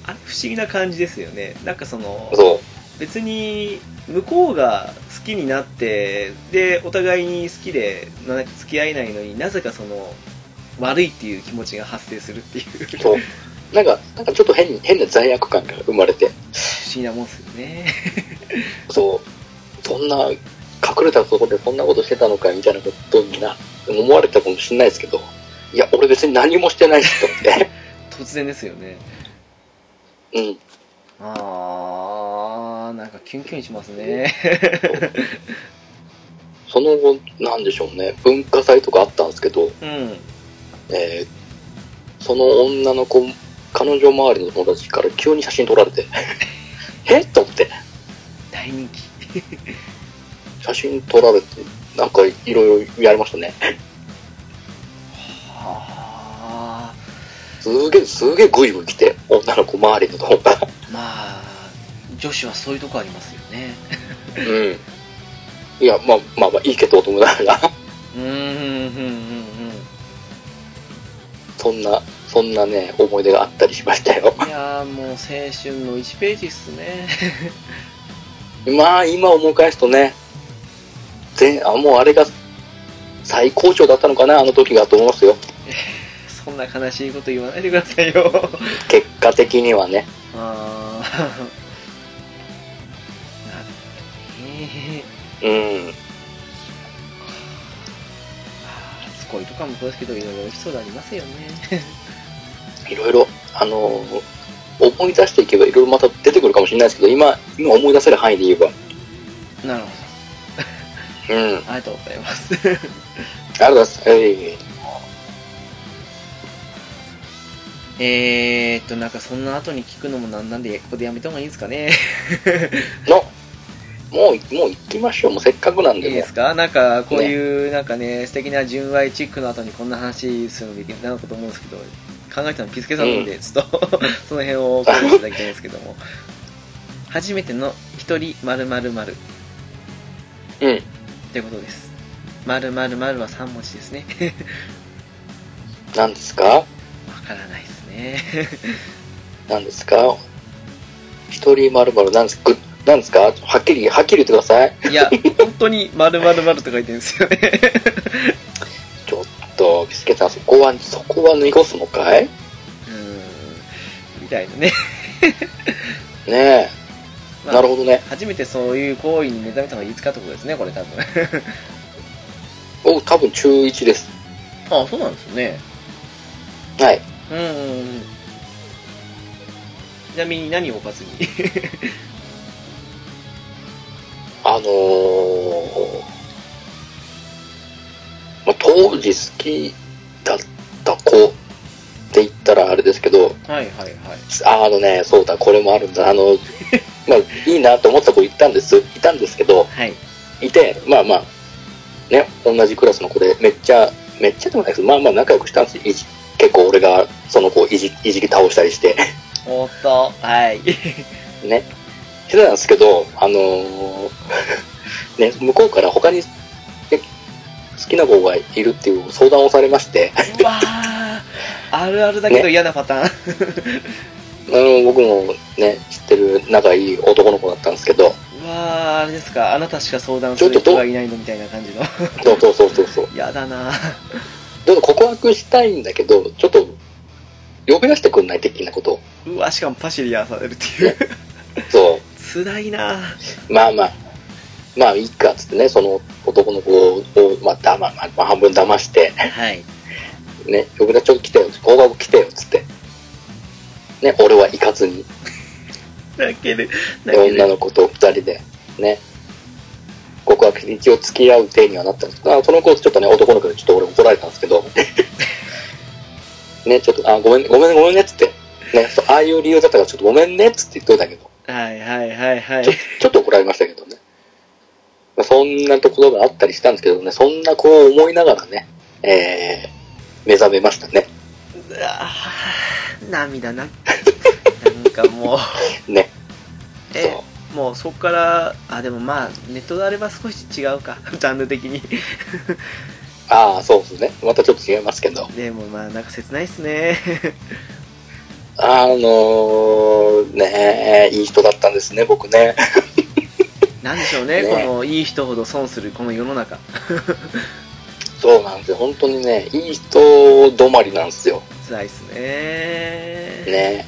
S1: あれ不思議な感じですよね。なんかその、
S2: そう。
S1: 別に向こうが好きになってでお互いに好きでな付き合えないのになぜかその悪いっていう気持ちが発生するっていう不
S2: そう。なんか、なんかちょっと変に、変な罪悪感が生まれて、
S1: 思議なもんですよね
S2: そう。そんな、隠れたところでそんなことしてたのかみたいなことにな、思われたかもしれないですけど、いや、俺別に何もしてないしと思って。
S1: 突然ですよね
S2: うん。
S1: あーなんかキュンキュンしますね
S2: その後、なんでしょうね、文化祭とかあったんですけど、
S1: うん。
S2: えーその女の子、彼女周りの友達から急に写真撮られて、 えっと思って、
S1: 大人気。
S2: 写真撮られて、なんかいろいろやりましたね。
S1: はあ。
S2: すげえ、すげえグイグイ来て、女の子周りの友達。
S1: まあ、女子はそういうとこありますよね。
S2: うん。いや、まあまあまあいいけど、と思いながら、
S1: うん、うん、うん、
S2: そんな、そんなね、思い出があったりしましたよ。
S1: うん。いやーもう青春の1ページっすね。
S2: まあ、今思い返すとね、全、あ、もうあれが最高潮だったのかな、あの時がと思いますよ。
S1: そんな悲しいこと言わないでくださいよ。
S2: 結果的にはね。
S1: あー。 なるほどね。
S2: うん。
S1: 初恋とかもそうですけど、いろいろエピソードありますよね。
S2: いろいろ、あのー思い出していけばいろいろまた出てくるかもしれないですけど、今、今思い出せる範囲で言えば。
S1: なるほ
S2: うん。
S1: ど。ありがとうございます。
S2: ありがとうございます。えい
S1: えーっと、なんかそんな後に聞くのもなんなんで、ここでやめた方がいいですかね。
S2: の、もう、もう行きましょう。もうせっかくなん
S1: いい
S2: で、もう
S1: ですかなんか、こういう、なんかね、素敵な純愛チックの後にこんな話するのできなかと思うんですけど、考えたのピスケさんなんで、ちょっと、 その辺を考えていただきたいんですけども。初めての一人〇〇〇
S2: うん。
S1: ということです。〇〇〇は3文字ですね。
S2: 何ですか
S1: わからないです ね。
S2: 何ですか一人まるまる何ですかぐ何ですかはっきり、はっきり言ってください。
S1: いや、本当に〇〇〇と書いてるんですよね。
S2: ちょっと、ビスケさん、そこは、そこは濁すのかいう
S1: ーん、みたいなね。
S2: ねえ。
S1: まあ
S2: なるほどね。
S1: 初めてそういう行為に目覚めたのはいつかってことですね、これ多分。
S2: 僕、多分中1です。
S1: ああ、そうなんですよね。
S2: はい。
S1: うんうんうん。ちなみに何をおかずに
S2: あのーまあ、当時好きだった子って言ったらあれですけど、
S1: はいはいはい。
S2: ああのね、そうだ、これもあるんだ。あの、まあ、いいなと思った子いたんです、いたんですけど、
S1: はい。
S2: いて、まあまあ、ね、同じクラスの子で、めっちゃ、めっちゃでもないですまあまあ仲良くしたんですよ。いじ結構俺がその子をいじいじき倒したりして、
S1: おっと、はい。
S2: ね。してたんですけど、あのー ね、向こうから他に、ね、好きな子がいるっていう相談をされまして、
S1: うわー、あるあるだけど嫌なパターン。
S2: あの僕もね、知ってる仲いい男の子だったんですけど、
S1: うわー、あれですか、あなたしか相談する人がいないのみたいな感じの。
S2: そうそうそうそうそう。
S1: 嫌だな
S2: ちょっと告白したいんだけど、ちょっと、呼び出してくんない的なことを。
S1: うわ、しかもパシリやらされるっていう。
S2: そ
S1: 辛いな
S2: う。まあまあ、まあいいかっつってね、その男の子を、まあ、だま、まあ、半分騙して、
S1: はい。
S2: ね、呼び出しちょっと来てよ、合格来てよっつって。ね、俺は行かずに、
S1: 泣ける、
S2: で
S1: 泣け
S2: 女
S1: る。
S2: の子と二人で、ね、告白して一応付き合う手にはなったんですけど、あその子ちょっとね、男の子でちょっと俺怒られたんですけど、 ね、ちょっと、あ、ごめん、ごめん、ごめんねっつって、ね、そうああいう理由だったからちょっとごめんねっつって言っといたけど、
S1: はいはいはいはい
S2: ちょ。ちょっと怒られましたけどね。まあそんなところがあったりしたんですけどね、そんな子を思いながらね、えー、目覚めましたね。
S1: うわー涙な、なんかもう、
S2: ね。
S1: え
S2: そ、
S1: もうそこから、あ、でもまあ、ネットであれば少し違うか、ジャンル的に。
S2: ああ、そうですね。またちょっと違いますけど。
S1: でもまあ、なんか切ないっすね。
S2: あのー、ねえいい人だったんですね、僕ね。
S1: なんでしょうね、
S2: ね
S1: この、いい人ほど損する、この世の中。
S2: そうなんですよ。本当にね、いい人止まりなんですよ。
S1: 辛いっすね。
S2: ね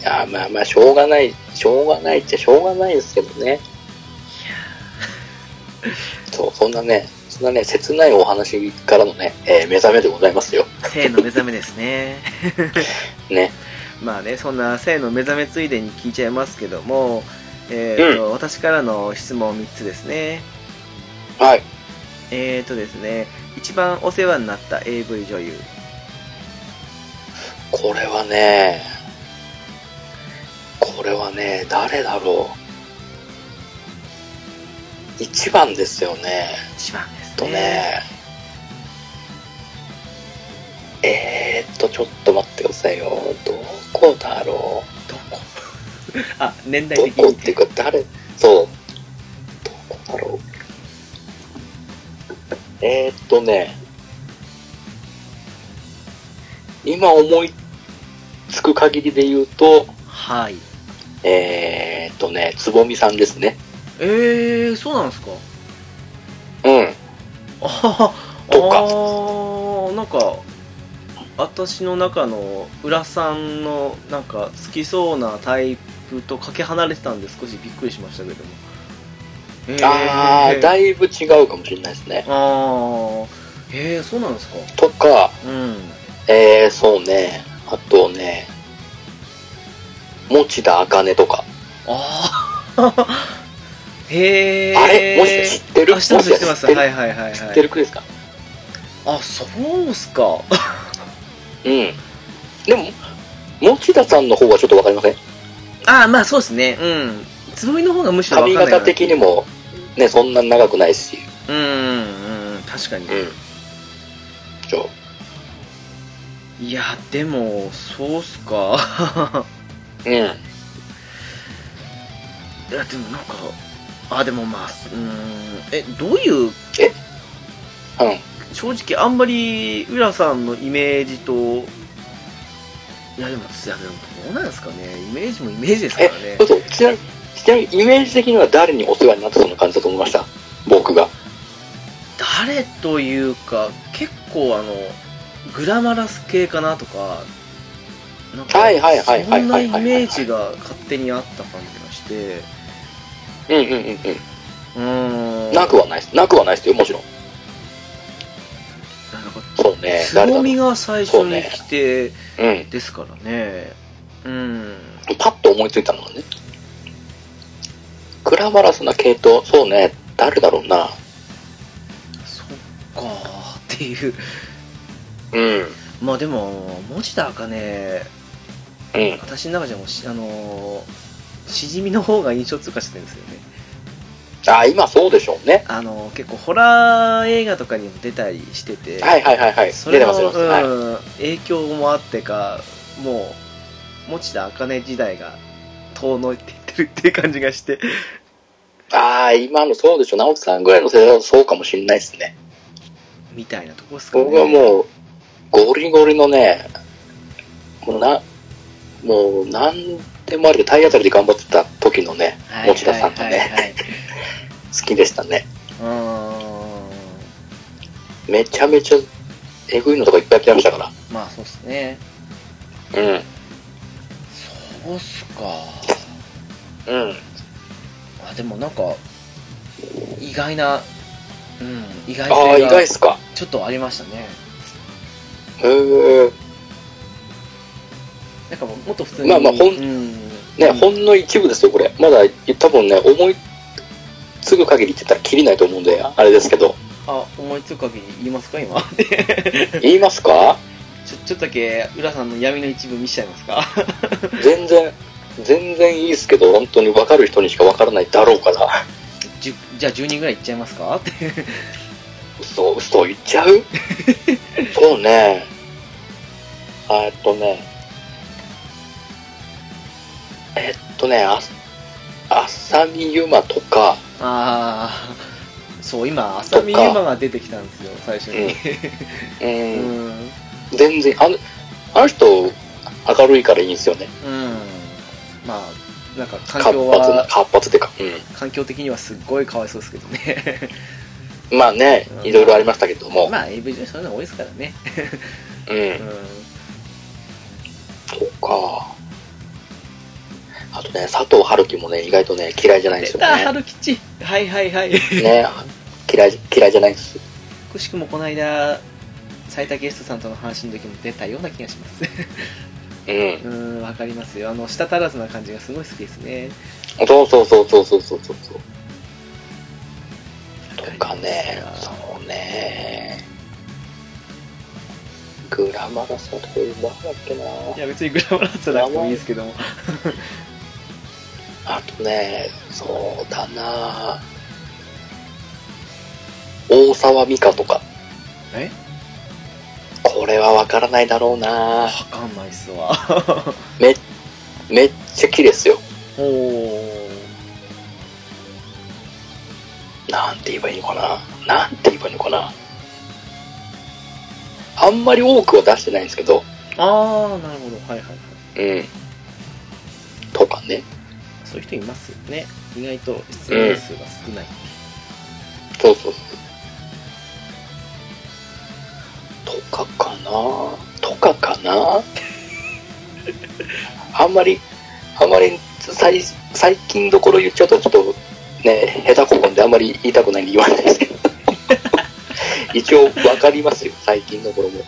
S2: いやまあまあ、しょうがない、しょうがないっちゃしょうがないですけどね。そう、そんなね、そんなね、切ないお話からのね、えー目覚めでございますよ。
S1: 性の目覚めですね。
S2: ね。
S1: まあね、そんな性の目覚めついでに聞いちゃいますけども、えーと私からの質問3つですね。
S2: はい。
S1: えーとですね、一番お世話になった AV 女優。
S2: これはね、これはね、誰だろう。一番ですよね。
S1: 一番ですね。
S2: とね。えーっと、ちょっと待ってくださいよ。どこだろ
S1: どこあ、年
S2: う。
S1: 代
S2: ど
S1: 的
S2: こってい
S1: に
S2: う。か、誰、そう。どこだろう。えーっとね。今思いつく限りで言うと、
S1: はい。
S2: えーっとね、つぼみさんですね。
S1: えー、そうなんですか
S2: うん。
S1: あは
S2: とか
S1: はあーなんか私の中の浦さんのなんか好きそうなタイプとかけ離れてたんで少しびっくりしましたけどもえー
S2: あー、だ
S1: い
S2: いぶ違うかもしれないですね。
S1: あーえー、そうなんですか
S2: とか、
S1: うん
S2: えー、そうね。あとね、持田茜とか。
S1: ああへえ
S2: あれもしかして知ってる
S1: あ知ってます知ってます
S2: もし
S1: は
S2: か
S1: いはいはい
S2: 知
S1: は
S2: って
S1: い
S2: るくらいですか
S1: あそうっすか
S2: うん。でも、持田さんの方はちょっとわかりません。
S1: ああまあそうですねうんつぼみの方がむしろ分
S2: 髪
S1: かんないな
S2: 型的にも、ね、そんな長くないし。
S1: うんうんうん確かに
S2: うん。ちょ、
S1: いやでもそうっすか
S2: うん。
S1: いやでもなんかあでもまあうーんえどういう
S2: うん。
S1: 正直あんまり浦さんのイメージといやでもいやでもどうなんですかねイメージもイメージですからね
S2: ちょっと、ちなみに、ちなみにイメージ的には誰にお世話になったそんな感じだと思いました。僕が。
S1: 誰というか結構あのグラマラス系かなとかなんか
S2: はいはいはいはいは
S1: そ
S2: いはいはい
S1: んなイメージが勝手にあった感じがして
S2: うんうんうんうん。
S1: うーん
S2: なくはないです。なくはないですよ、もちろん。
S1: いやなんか
S2: そうね。
S1: つ
S2: 誰だ
S1: ぼ
S2: ろう。
S1: みが最初に来て
S2: うん。
S1: ですからねうん
S2: パッと思いついたのがね。クラマラスな系統、そうね。誰だろうな。
S1: そっかーっていう
S2: うん。
S1: まあでも持田茜
S2: うん。
S1: 私の中じゃもうしあのーしじみの方が印象通過してるんですよね
S2: あ、今そうでしょうね。
S1: あのー結構ホラー映画とかにも出たりしてて
S2: はいはいはいはい。
S1: そ
S2: 出
S1: れ
S2: て
S1: の
S2: ます出てます。はい。
S1: うん影響もあってかもう持田茜時代が遠のいていってるっていう感じがして
S2: ああ、今のそうでしょ。直人さんぐらいの世代はそうかもしれないですね。
S1: みたいなとこですかね
S2: 僕はもう、ゴリゴリのね、もうな、もう、なんでもある体当たりで頑張ってた時のね、
S1: はい
S2: 持田さんが
S1: はいはい
S2: ね、
S1: はい
S2: 好きでしたね。
S1: うーん
S2: めちゃめちゃ、えぐいのとかいっぱいやってましたか
S1: まあそうっすね
S2: ら。うん。
S1: そうっすか
S2: うん。
S1: あでもなんか意外なうん意外
S2: ああ、
S1: 性
S2: 意外
S1: が
S2: っすか。
S1: ちょっとありましたね
S2: へえ。
S1: なんかもうもっと普通に
S2: まあまあほん
S1: うん
S2: ね、ほんの一部ですよ、これ。まだ、多分ね、思いつぐ限りって言ったら、きりないと思うんで、あれですけ ど。
S1: あ思いつく限り言いますか今
S2: 言いますか
S1: ちょちょっとだけ浦さんの闇の一部見しちゃいますか
S2: 全然、全然いいですけど、本当に分かる人にしか分からないだろうから。
S1: じゅじゃあ10人ぐらいいっちゃいますかって
S2: 嘘、嘘言っちゃ うそうね。えっとね。えっとね、あ、浅見ゆまとか、
S1: ああそう今浅見ゆまが出てきたんですよ最初に
S2: う、
S1: うんん
S2: 全然、あの、あの人、明るいからいいんですよね。
S1: うんまあなんか環
S2: 活
S1: 境
S2: 発な、
S1: は
S2: 活発ってか。う
S1: 環境的にはすっごいかわいそうですけどね
S2: ん。まあね
S1: う、ん
S2: いろいろありましたけども。
S1: まあ AV 女優そういうの多いですからね
S2: う。
S1: うんん
S2: そうか。あとね、佐藤春樹もね、意外とね、嫌いじゃないんで
S1: 出
S2: すよ
S1: た
S2: ね。
S1: 春吉はいはいはい
S2: ね、嫌い、嫌いじゃないんです。
S1: くしくもこの間斉田ゲストさんとの話の時も出たような気がします
S2: う
S1: う
S2: ん。
S1: ーんわかりますよあの舌足らずな感じがすごい好きですね
S2: そうそうそうそうそうそうそう。とそうかね、そうね。グラマラスはどこいうバーだっけない
S1: や別にグラマラスなくてもいいですけども
S2: あとね、そうだな大沢美香とか。
S1: え
S2: これはわからないだろうな
S1: わかんないっすわ
S2: め、めっちゃ綺麗っすよ。
S1: おお
S2: なんて言えばいいのかななんて言えばいいのかなあんまり多くは出してないんですけど、
S1: ああなるほどはいはいはい
S2: うん。とかね。
S1: そういう人いますよね意外と出演数が少ない、
S2: そうそうそう。とかかなとかかな あんまり、あんまり最最近どころ言っちゃうとちょっとね、下手ここんであんまり言いたくないんで言わないですけど。一応わかりますよ、最近どころも。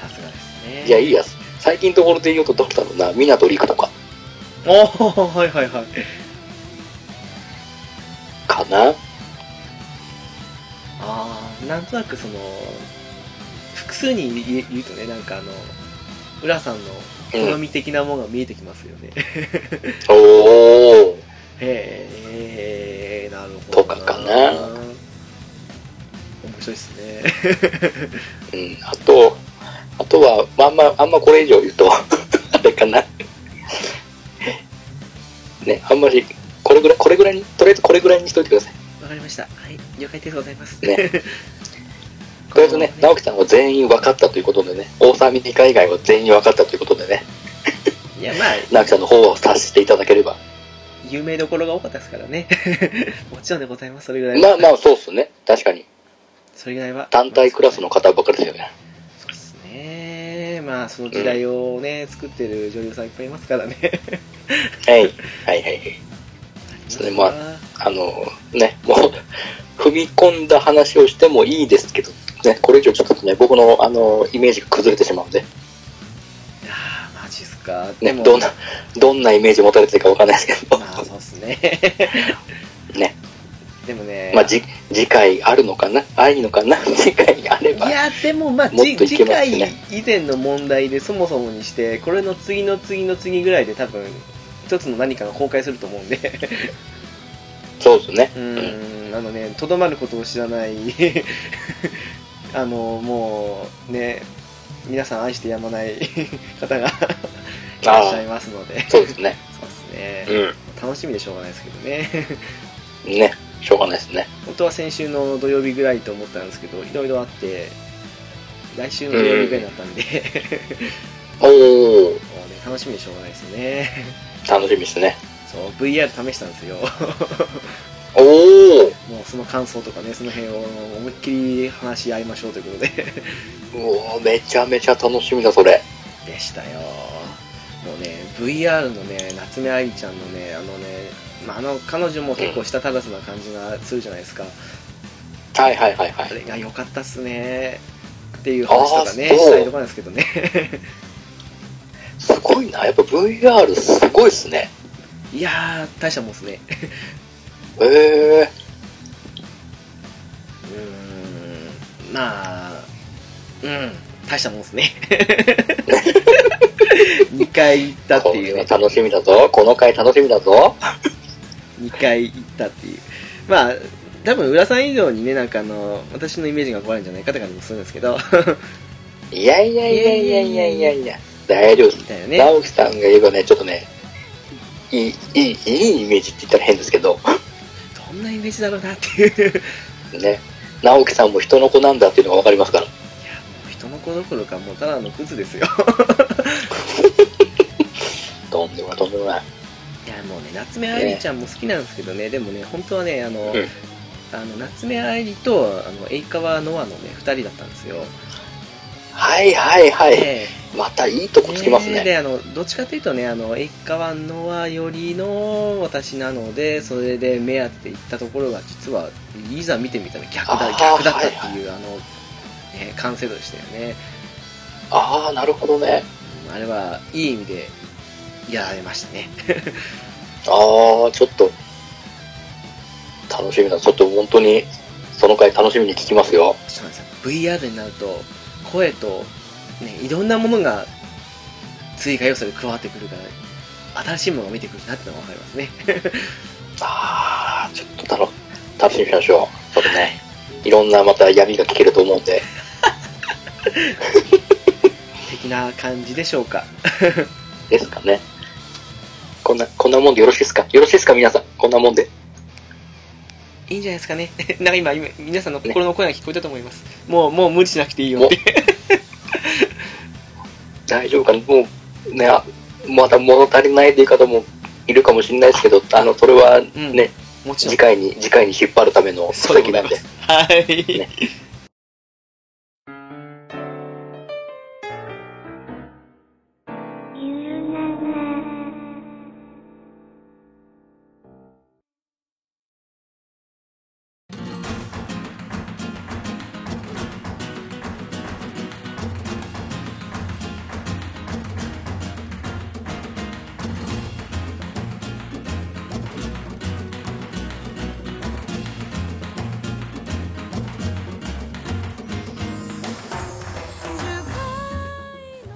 S1: さすがですね
S2: いや、いいやつ。最近どころで言うとどうだろうな、港陸とか
S1: おおはいはいはい
S2: かな
S1: ああなんとなくその複数人いいるとねなんかあの浦さんの好み的なものが見えてきますよね、へ
S2: おー。
S1: えなるほど
S2: とかかな
S1: 面白いですね
S2: うん、あと、あとは、まああんま、あんまこれ以上言うと、 あれかな。ね、あんまり、これぐらい、これぐらいに、とりあえずこれぐらいにしといてください。
S1: わかりましたはい了解でございます、
S2: ね
S1: こと
S2: りあえずね、直樹さんは全員分かったということでね、大沢美香以外は全員分かったということでね、
S1: いやまあ
S2: 直樹さんの方を察していただければ。
S1: 有名どころが多かったですからね もちろんでございますそれぐらいは
S2: まあまあ、そうっすね。確かに。
S1: それぐらいは
S2: 単体クラスの方ばっかりですよね。
S1: そうですねまあその時代をね、作ってる女優さんいっぱいいますからね
S2: はい。はいはいはい。 それもああの、ね、もう、 踏み込んだ話をしてもいいですけど、ね、これ以上ちょっとね、僕の、あの、イメージが崩れてしまうんで、
S1: いやーマジっすか
S2: ね、どんな、どんなイメージ持たれてるかわかんないですけど、
S1: まあそうっすね
S2: ね、
S1: でもね
S2: まあ、じ、次回あるのかな愛のかな 次回あれば
S1: い。やでもまあ、
S2: もっとい
S1: じ
S2: けますね
S1: 次回以前の問題でそもそもにしてこれの次の次の次ぐらいで多分一つの何かが崩壊すると思うんで
S2: そうですね。
S1: うーんあのねとどまることを知らない あのもうね皆さん愛してやまない 方 がいらっしゃいますので
S2: そうですね。
S1: そうですね、
S2: う
S1: 楽しみでしょうがないですけどね
S2: ん。ね、しょうがないですね。
S1: 本当は先週の土曜日ぐらいと思ったんですけどいろいろあって来週の土曜日ぐらいだったんで、
S2: おー、
S1: もうね、楽しみでしょうがないですね。
S2: 楽しみですね。
S1: そう、VR 試したんですよ。
S2: おー、
S1: もうその感想とかね、その辺を思いっきり話し合いましょうということで。
S2: うおーめちゃめちゃ楽しみだ、それ。
S1: でしたよ。もうね、VR のね、夏目愛理ちゃんのね、あのね、まあ、あの、彼女も結構したたらずな感じがするじゃないですか。
S2: はいはいはいは
S1: あれ
S2: い。
S1: が良かったっすね。っていう話とかね、
S2: あーそう
S1: したいところなんですけどね。
S2: すごいな。やっぱ VR すごいですね。
S1: いやー、大したもんっすね。
S2: へえ
S1: うーん、まあ、うん、大したもんです ね。2回行ったって
S2: こ
S1: いう
S2: れ
S1: ね
S2: は。楽しみだぞ。この回楽しみだぞ。
S1: 2回行ったっていう。まあ、多分、浦さん以上にね、なんかあの、私のイメージが壊れるんじゃないかって感じもするんですけど、
S2: いやいやいやいやいやいやいや。大丈夫です。
S1: だよね。
S2: 直樹さんが言えばね、ちょっとね、いい、いい、いいイメージって言ったら変ですけど、
S1: どんなイメージだろうなっていう。いや、
S2: ね。直樹さんも人の子なんだっていうのがわかりますから。
S1: もう人の子どころか、もうただのクズですよ。
S2: とんでもない、とんでもない。
S1: いや、もうね、夏目愛理ちゃんも好きなんですけどね、でもね、本当はね、あの、
S2: うん
S1: あの夏目愛理と、あの、エイカワノアのね、2人だったんですよ。
S2: はいはいはい。
S1: で
S2: またいいとこつきます
S1: えー
S2: ね。
S1: であのどっちかというとねあのエイカワノアよりの私なのでそれで目当てで行ったところが実はいざ見てみたら逆だ
S2: あー
S1: 逆だったっていう、あの、ね、完成度でしたよね
S2: ああ、なるほどね。
S1: うんあれはいい意味でやられましたね
S2: ああ、ちょっと、楽しみだ。ちょっと本当に、の回楽しみに聞きますよ。
S1: そうなんですよ VR になると声と、ね、いろんなものが追加要素で加わってくるから新しいものが見てくるなってのが分かりますね
S2: あー、ちょっと楽、楽しみにしましょう。それね。いろんなまた闇が聞けると思うんで。
S1: 的な感じでしょうか
S2: ですかね。こんな、こんなもんでよろしいですかよろしいですか皆さん。こんなもんで。
S1: いいんじゃないですかね なんか今今皆さんの心の声が聞こえたと思いますもうもう無理しなくていいよって
S2: 大丈夫かなもう、ね、あまた物足りないという方もいるかもしれないですけど、あの、それはね、
S1: うんもちろん
S2: 次回に、次回に引っ張るための布
S1: そうで
S2: 石
S1: ござ
S2: ないん
S1: ま
S2: で。
S1: すはい、
S2: ね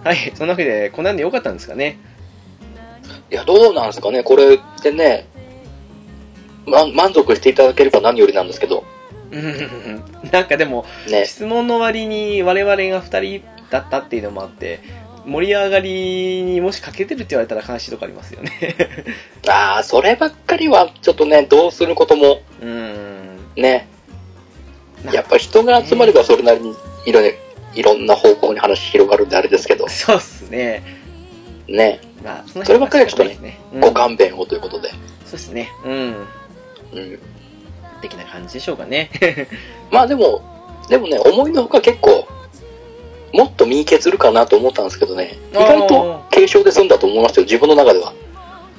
S1: はい、そんなわけでこんなんでよかったんですかね
S2: いや、どうなんですかね、これでね、ま、満足していただければ何よりなんですけど、
S1: うん なんかでも
S2: ね、
S1: 質問の割に我々が2人だったっていうのもあって盛り上がりにもし欠けてるって言われたら悲しいとこありますよね
S2: ああ、そればっかりはちょっとね、どうすることも
S1: うーん
S2: ね、やっぱ人が集まればそれなりにいろ,、いろんな方向に話広がるんであれですけど、
S1: そうっすね
S2: ね、
S1: まあその
S2: そればっかりはちょっとね
S1: 仕方ないですね
S2: ご勘弁をということで、
S1: うんそうっすねうん
S2: うん、
S1: 的な感じでしょうかね
S2: まあでも、でもね、思いのほか結構、もっと見消するかなと思ったんですけどね、意外と軽症で済んだと思いますよ、自分の中では。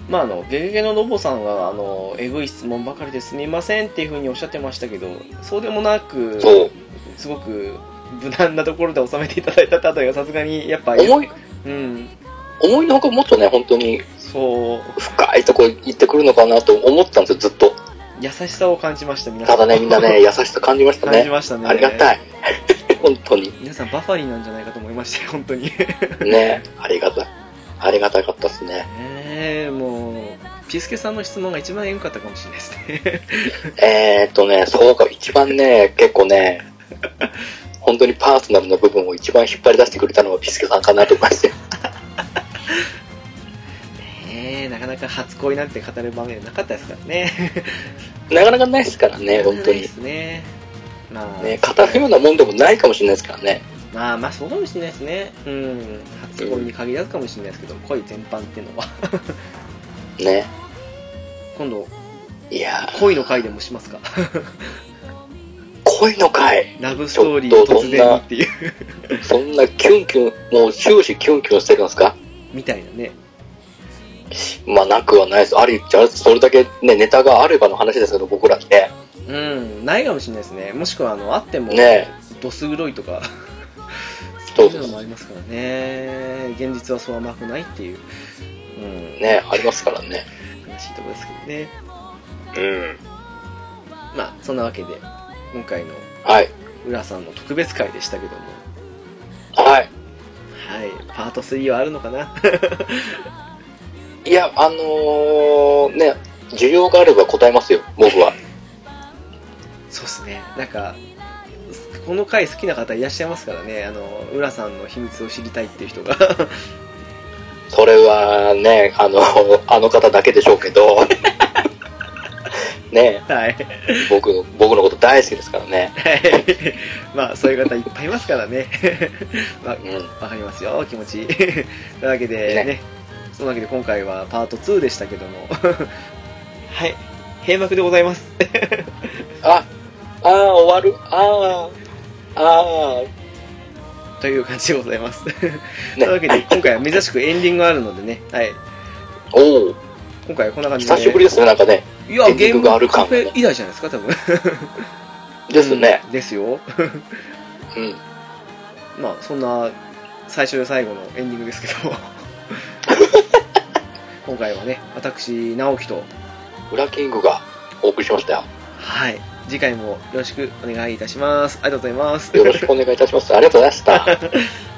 S1: まああの「ゲゲゲのロボ」さんはあのえぐい質問ばかりですみませんっていうふうにおっしゃってましたけどそうでもなく
S2: そう、
S1: すごく無難なところで収めていただいたあたりがさすがにやっぱ
S2: 思い、
S1: うん
S2: 思いのほかもっとね、本当に
S1: そう
S2: 深いとこ行ってくるのかなと思ったんですよ、ずっと。
S1: 優しさを感じました皆さ
S2: た
S1: ん
S2: だね、みんな ね、優しさ感じました
S1: 感じ
S2: ね。
S1: ましたね
S2: ありがたい。 本当に。
S1: 皆さんバファリンなんじゃないかと思いましたよ本当にね
S2: ね、ありがたい。ありがたかったですね。
S1: えもうピスケさんの質問が一番エグかったかもしれないですね
S2: えーっとね、そうか、一番ね、結構ね、本当にパーソナルな部分を一番引っ張り出してくれたのはピスケさんかなと思いまして。
S1: ねえなかなか初恋なんて語る場面なかったですからね
S2: なかなかないですからね、本当
S1: で
S2: に。
S1: すねまあ、
S2: ね、語るようなもんでもないかもしれないですからね。
S1: まあまあそうかもしれないですねうん初恋に限らずかもしれないですけど恋全般っていうのは
S2: ね。
S1: 今度
S2: いやー、
S1: 恋の回でもしますか
S2: 恋の回。
S1: ラブストーリー
S2: ちょっと
S1: 突然にっていう
S2: そんなキュンキュン、もう終始キュンキュンしてるんですか
S1: みたいなね
S2: まあ、なくはないです。ありっちゃ、それだけね、ネタがあればの話ですけど、僕らね。
S1: うんないかもしれないですねもしくはあのあっても
S2: ね
S1: ドス黒いとか
S2: そう
S1: いうのもありますからね現実はそう甘くないっていう、うん、
S2: ね、ありますからね。
S1: 悲しいところですけどね
S2: うん。
S1: まあそんなわけで今回の
S2: はい。
S1: 浦さんの特別会でしたけども
S2: は
S1: はいパート3はあるのかな
S2: い。いや、あのー、ね、需要があれば答えますよ、僕は。
S1: そうっすねなんかこの回好きな方いらっしゃいますからねあの浦さんの秘密を知りたいっていう人が
S2: それはね、あの、 あの方だけでしょうけど。 ね、
S1: はい
S2: 僕の、僕のこと大好きですからね。
S1: はいまあそういう方いっぱいいますからね まあ
S2: うん。
S1: わかりますよ、気持ちいい。 というわけでね、
S2: ね
S1: そんなわけで今回はパート2でしたけども、 はい、閉幕でございます。
S2: あ、あー終わる。あー、あ
S1: という感じでございます。
S2: ー。
S1: というわけで、
S2: ね、
S1: 今回は珍しくエンディングがあるのでね、はい、
S2: おお
S1: 今回はこんな感じで、
S2: 久しぶりですね、なんかね。
S1: いや、
S2: エンデ
S1: ゲ
S2: ィ
S1: ー
S2: ング
S1: ム
S2: がある
S1: カ
S2: 感
S1: フ
S2: がね
S1: ェ以来じゃないですか、多分。
S2: ですね。
S1: うん。 ですよ。
S2: うん。
S1: まあ、そんな最初で最後のエンディングですけど も。今回はね、私、直樹と、
S2: 裏キングがお送りしましたよ。
S1: はい、次回もよろしくお願いいたします。ありがとうございます。
S2: よろしくお願いいたします。ありがとうございました。